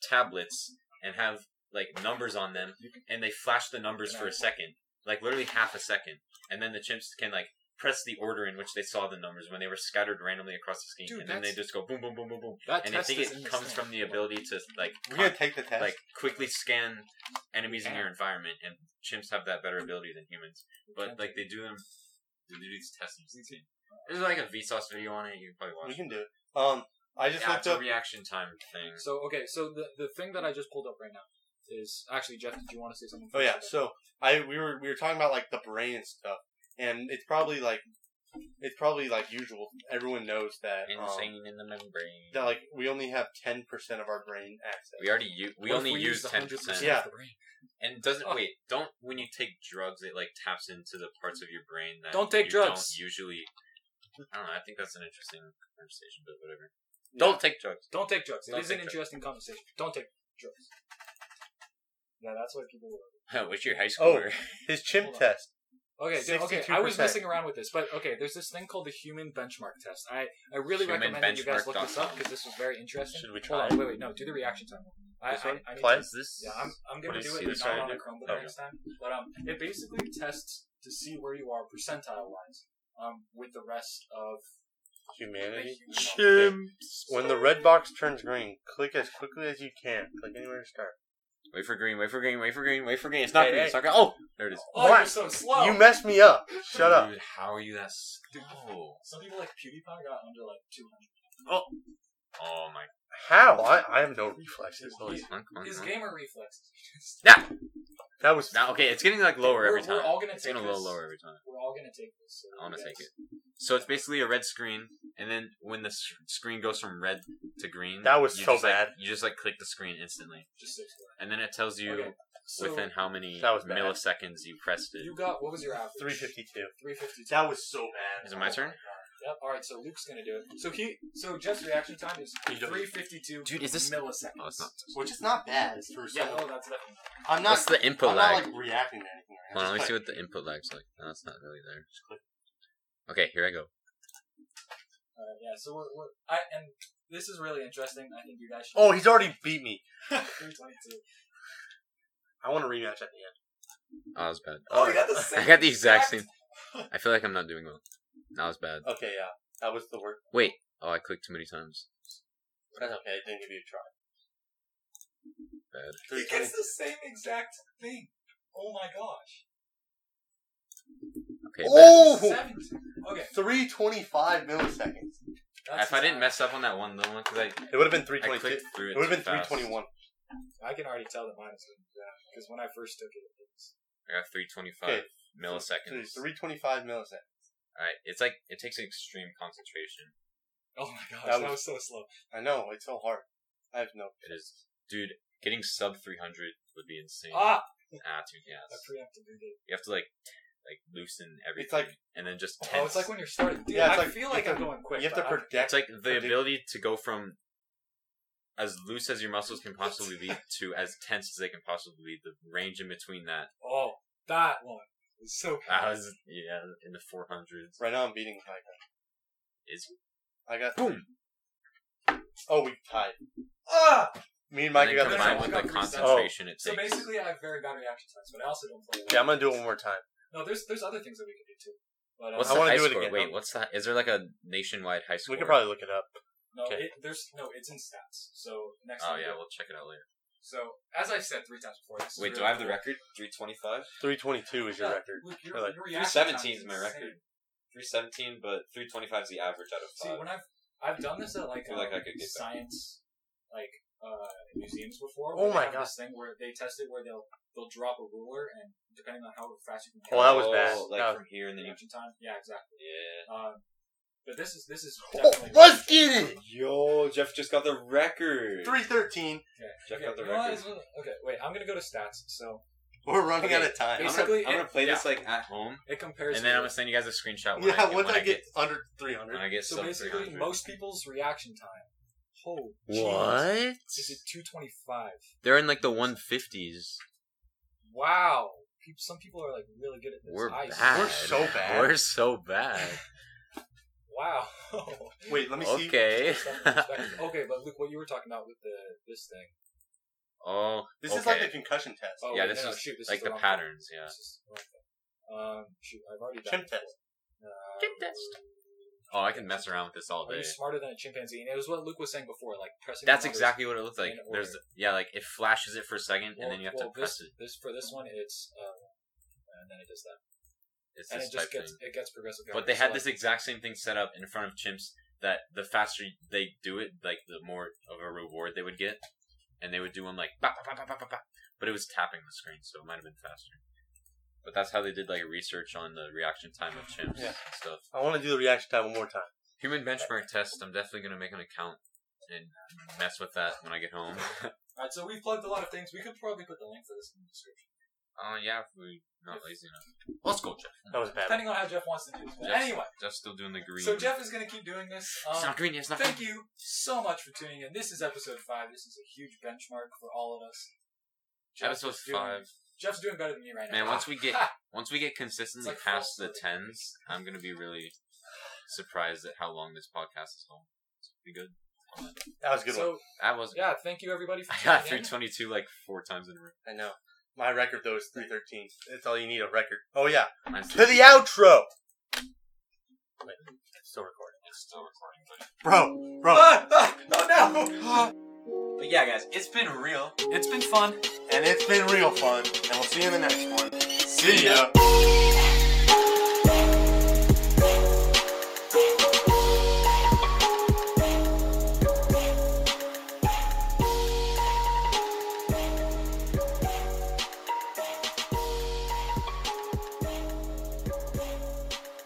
D: tablets and have like numbers on them, and they flash the numbers for a second, like literally half a second, and then the chimps can like press the order in which they saw the numbers when they were scattered randomly across the screen,
C: Dude,
D: and then they
C: that's-
D: just go boom, boom, boom, boom, boom.
C: that
D: And I think
C: is
D: it comes
C: insane.
D: from the ability to like
A: We're gonna take the test.
D: like quickly scan enemies in your environment, and chimps have that better ability than humans. But like they do them, they do these tests. and it's insane. There's like a Vsauce video on it. You can probably
A: we
D: watch.
A: can do it. Um, I just
D: Yeah,
A: looked
D: it's a
A: up.
D: reaction time thing.
C: So okay, so the the thing that I just pulled up right now is actually Jeff. Did you want to say something?
A: Oh yeah, so I we were we were talking about like the brain and stuff, and it's probably like it's probably like usual. Everyone knows that um,
D: Insane in the membrane.
A: that like we only have ten percent of our brain access.
D: we already use. We
C: What if
D: only use
C: used
D: ten
C: 100% of
D: percent.
A: Yeah.
C: the brain?
D: And doesn't
C: Oh.
D: wait. Don't when you take drugs, it like taps into the parts of your brain that
C: Don't take
D: you
C: drugs.
D: Don't usually. I don't know. I think that's an interesting conversation, but whatever.
A: Yeah.
D: Don't take drugs.
C: Don't take drugs. It
D: Don't
C: is an
D: take drugs.
C: interesting conversation. Don't take drugs. Yeah, that's what people. Were.
D: What's your high
A: Oh.
D: schooler?
A: His chimp
C: Hold on.
A: test.
C: Okay, dude, okay. I was
A: 62%.
C: messing around with this, but okay. There's this thing called the human benchmark test. I I really
D: Human
C: recommend that you guys look this up
D: benchmark.com.
C: because this was very interesting.
A: Should we
C: Hold
A: try
C: on, wait, wait, no. Do the reaction time. I,
A: This one?
C: I, I need
A: Play?
C: to-
D: Is this?
C: Yeah, I'm, I'm
D: What
C: gonna do
D: do you
C: it.
D: see
C: It's
D: this
C: not
D: guy
C: on a
D: do? Oh.
C: Chromebook
D: Okay.
C: next time. But um, it basically tests to see where you are percentile wise um, with the rest of
A: Humanity.
C: Chimps.
A: When the red box turns green, click as quickly as you can. Click anywhere to start.
D: Wait for green, wait for green, wait for green, wait for green. It's
A: not
D: not
A: green,
D: green,
A: it's
D: it's not green. Oh! There it is.
C: Oh,
A: What?
C: you're so slow.
A: You messed me up. Shut up. Oh.
D: Dude, how are you that slow?
C: Some people like PewDiePie got under like 200.
D: Oh my
A: How? I, I have no reflexes.
D: Holy fuck, come on
C: His
D: now.
C: gamer reflexes.
A: That was
D: Now, okay, it's getting like lower
C: We're-
D: every
C: We're
D: time.
C: all gonna
D: It's
C: take
D: getting a little
C: this.
D: lower every time.
C: We're all gonna take this. so
D: I want to
C: yes.
D: take it. So it's basically a red screen, and then when the s- screen goes from red to green,
A: That was
D: you
A: so
D: just, like-
A: bad.
D: you just like click the screen instantly,
C: Just six left.
D: and then it tells you
C: Okay, so
D: within how many
A: That was bad.
D: milliseconds you pressed it.
C: you got what was your average?
A: 352.
C: Three fifty.
A: That was so bad.
D: Is it my turn?
C: Yep. All right. So Luke's gonna do it. So he. So Jeff's reaction time is
A: He doesn't-
C: three fifty two.
D: Dude, is this-
C: milliseconds?
D: Oh, it's not.
A: Which is not bad. It's for
C: Yeah.
A: someone-
C: Oh, that's definitely.
A: I'm not.
D: What's the input
A: I'm
D: lag?
A: not like reacting to anything right now.
D: Hold on, let me
A: Just
D: see
A: like-
D: what the input lag's like. No, it's not really there. Okay, here I go.
C: All right. Uh, Yeah. So we're, we're. I and this is really interesting. I think you guys should.
A: Oh, he's already beat me.
C: Three twenty two.
A: I want a rematch at the end.
D: Oh, that was bad.
C: Oh, you got the same.
D: I got the exact
C: exact-
D: same. I feel like I'm not doing well. That was bad.
A: Okay, yeah. That was the worst.
D: Wait. Oh, I clicked too many times.
A: That's okay. I didn't give you a try.
D: Bad.
C: He gets the same exact thing. Oh my gosh.
D: Okay.
A: Oh!
C: Seven. Okay.
A: 325 milliseconds.
D: bad.
C: that's
D: If I didn't
C: not-
D: mess up on that one little one, because I,
A: It would have been
D: I
A: 322.
D: clicked through it.
A: It would have
D: too
A: been
D: fast.
A: 321.
C: I can already tell that mine is going to be that because when I first took it, it was
D: I got 325
A: Okay.
D: milliseconds.
A: 325 milliseconds.
D: Alright, it's like, it takes extreme concentration.
C: Oh my gosh,
A: That
C: that,
A: was-
C: was, so slow.
A: I know, it's so hard. I have no.
D: It is. Dude, getting sub 300 would be insane.
C: Ah!
D: Ah, dude, yes.
C: I preempted it.
D: You have to, like, like loosen everything.
A: It's like-
D: and then just tense.
C: Oh, it's like when you're starting. Dude,
A: Yeah,
C: I
A: it's like-
C: feel
A: you
C: like
A: have
C: I'm
A: to-
C: going quick.
A: you have to
C: but I-
A: project.
D: It's like the
A: Predict-
D: ability to go from as loose as your muscles can possibly be to as tense as they can possibly be. The range in between that.
C: oh, that one. It's so.
D: I was yeah in the four hundreds.
A: Right now I'm beating Tiger.
D: Is
A: I got.
D: boom.
A: Oh, we tied.
C: Ah!
A: Me and
D: And
A: Mike
D: then
A: got the
D: combined
A: same.
C: I
D: with
C: got
D: the
C: reset.
D: concentration it
C: So
D: takes.
C: basically, I have very bad reaction times, but I also don't play. a lot.
A: Yeah, I'm gonna do it one more time.
C: No, there's there's other things that we can do too. But uh,
D: what's
A: I
D: the
A: wanna
D: high
A: do it
D: score?
A: again.
D: Wait, what's that? Is there like a nationwide high score?
A: We could probably look it up.
C: no,
A: okay.
C: it, there's no, it's in stats. So next.
D: Oh
C: time
D: yeah,
C: we-
D: we'll check it out later.
C: So as I've said three times before, this is
D: Wait,
C: really
D: do I have the
C: cool.
D: record? Three twenty five.
A: 322 is your
C: Yeah,
A: record. Or
C: Luke, your,
A: like-
C: your
D: Three
C: reaction
D: seventeen
C: time
D: is my
C: insane.
D: record. Three seventeen, but three twenty five is the average out of
C: See, when I've I've done this at like,
D: I feel
C: um,
D: like I could get that.
C: science like uh, museums before.
A: Oh
C: where they
A: my
C: have This thing where they test it, where they'll they'll drop a ruler and depending on how fast you can.
A: Well, that was
D: Oh,
A: bad.
D: Like
A: That was-
D: from here and then you.
C: reaction time. Yeah, exactly.
D: Yeah.
C: Um, but this is this is
A: Oh,
C: definitely.
A: let's get it!
D: Yo, Oh, Jeff just got the record.
A: 313.
C: Okay.
D: Check
C: okay,
D: out the
C: you know what,
D: record.
C: it's really- okay, wait. I'm gonna go to stats. So
A: We're running
D: Okay.
A: out of time.
D: I'm gonna-
C: basically,
D: I'm gonna
C: it-
D: play this
C: yeah.
D: like at home,
C: it compares.
D: and then
C: to-
D: I'm gonna send you guys a screenshot. When
A: Yeah,
D: I,
A: once
D: when
A: I get under 300.
D: when I get
C: so
D: sub
C: basically,
D: 300.
C: most people's reaction time. Oh, This is two twenty five.
D: They're in like the 150s.
C: Wow. Peop- Some people are like really good at this.
D: We're
C: I
D: bad.
A: We're so bad.
D: We're so bad.
C: Wow.
A: Wait, let me see.
D: okay.
C: okay, but Luke, what you were talking about with the this thing?
D: oh,
A: This
D: okay.
A: is like the concussion test.
C: Oh,
D: yeah,
C: wait,
D: this
C: no, no,
D: is
C: shoot, this
D: like
C: is
D: the,
C: wrong
D: patterns.
C: thing.
D: Yeah.
C: This is the wrong thing. Um, shoot, I've already done
A: Chimp
C: it before.
A: test.
C: Uh,
D: Chimp test. Oh, I can mess around with this
C: Are
D: all day.
C: you smarter than a chimpanzee? And it was what Luke was saying before, like pressing.
D: That's
C: the numbers-
D: exactly what it looks like.
C: in order.
D: There's yeah, like it flashes it for a second,
C: Well,
D: and then you have
C: well,
D: to press
C: this,
D: it.
C: This for this one, it's uh, and then it does that,
D: It's
C: and
D: this
C: it just
D: type
C: gets
D: thing.
C: it gets progressively.
D: But
C: harder.
D: they
C: So,
D: had
C: like,
D: this exact same thing set up in front of chimps that the faster they do it, like the more of a reward they would get, and they would do them like bah, bah, bah, bah, bah, bah, bah. but it was tapping the screen, so it might have been faster. But that's how they did like research on the reaction time of chimps
A: Yeah.
D: and stuff.
A: I want to do the reaction time one more time.
D: Human benchmark test. I'm definitely gonna make an account and mess with that when I get home.
C: All right, so we've plugged a lot of things. We could probably put the link for this in the description,
D: Oh yeah, if we're not lazy enough. Let's go, Jeff.
A: That was bad.
C: depending on how Jeff wants to do this. But
D: Jeff's-
C: anyway,
D: Jeff's still doing the green.
C: so Jeff is going to keep doing this. Um,
D: it's not green. It's not green.
C: Thank you so much for tuning in. This is episode five. This is a huge benchmark for all of us.
D: Episode
C: is doing-
D: five.
C: Jeff's doing better than me right now. Ah,
D: Man, once we get
C: Ha!
D: once we get consistently
C: It's like
D: past the
C: false.
D: tens, I'm gonna be really surprised at how long this podcast is going. It's gonna be good.
A: That was a good
C: so,
A: one.
D: That was
C: yeah, thank you everybody for
D: I
C: tuning
D: got
C: in.
D: through twenty two like four times in a row.
A: I know. My record, though, is 313. That's all you need a record. Oh, yeah.
D: Mine's
A: To the outro! Wait, it's still recording.
D: it's still recording, but
A: Bro, bro.
C: Ah, ah, oh no!
D: but yeah, guys, it's been real.
C: it's been fun.
A: And it's been real fun. And we'll see you in the next one. See ya.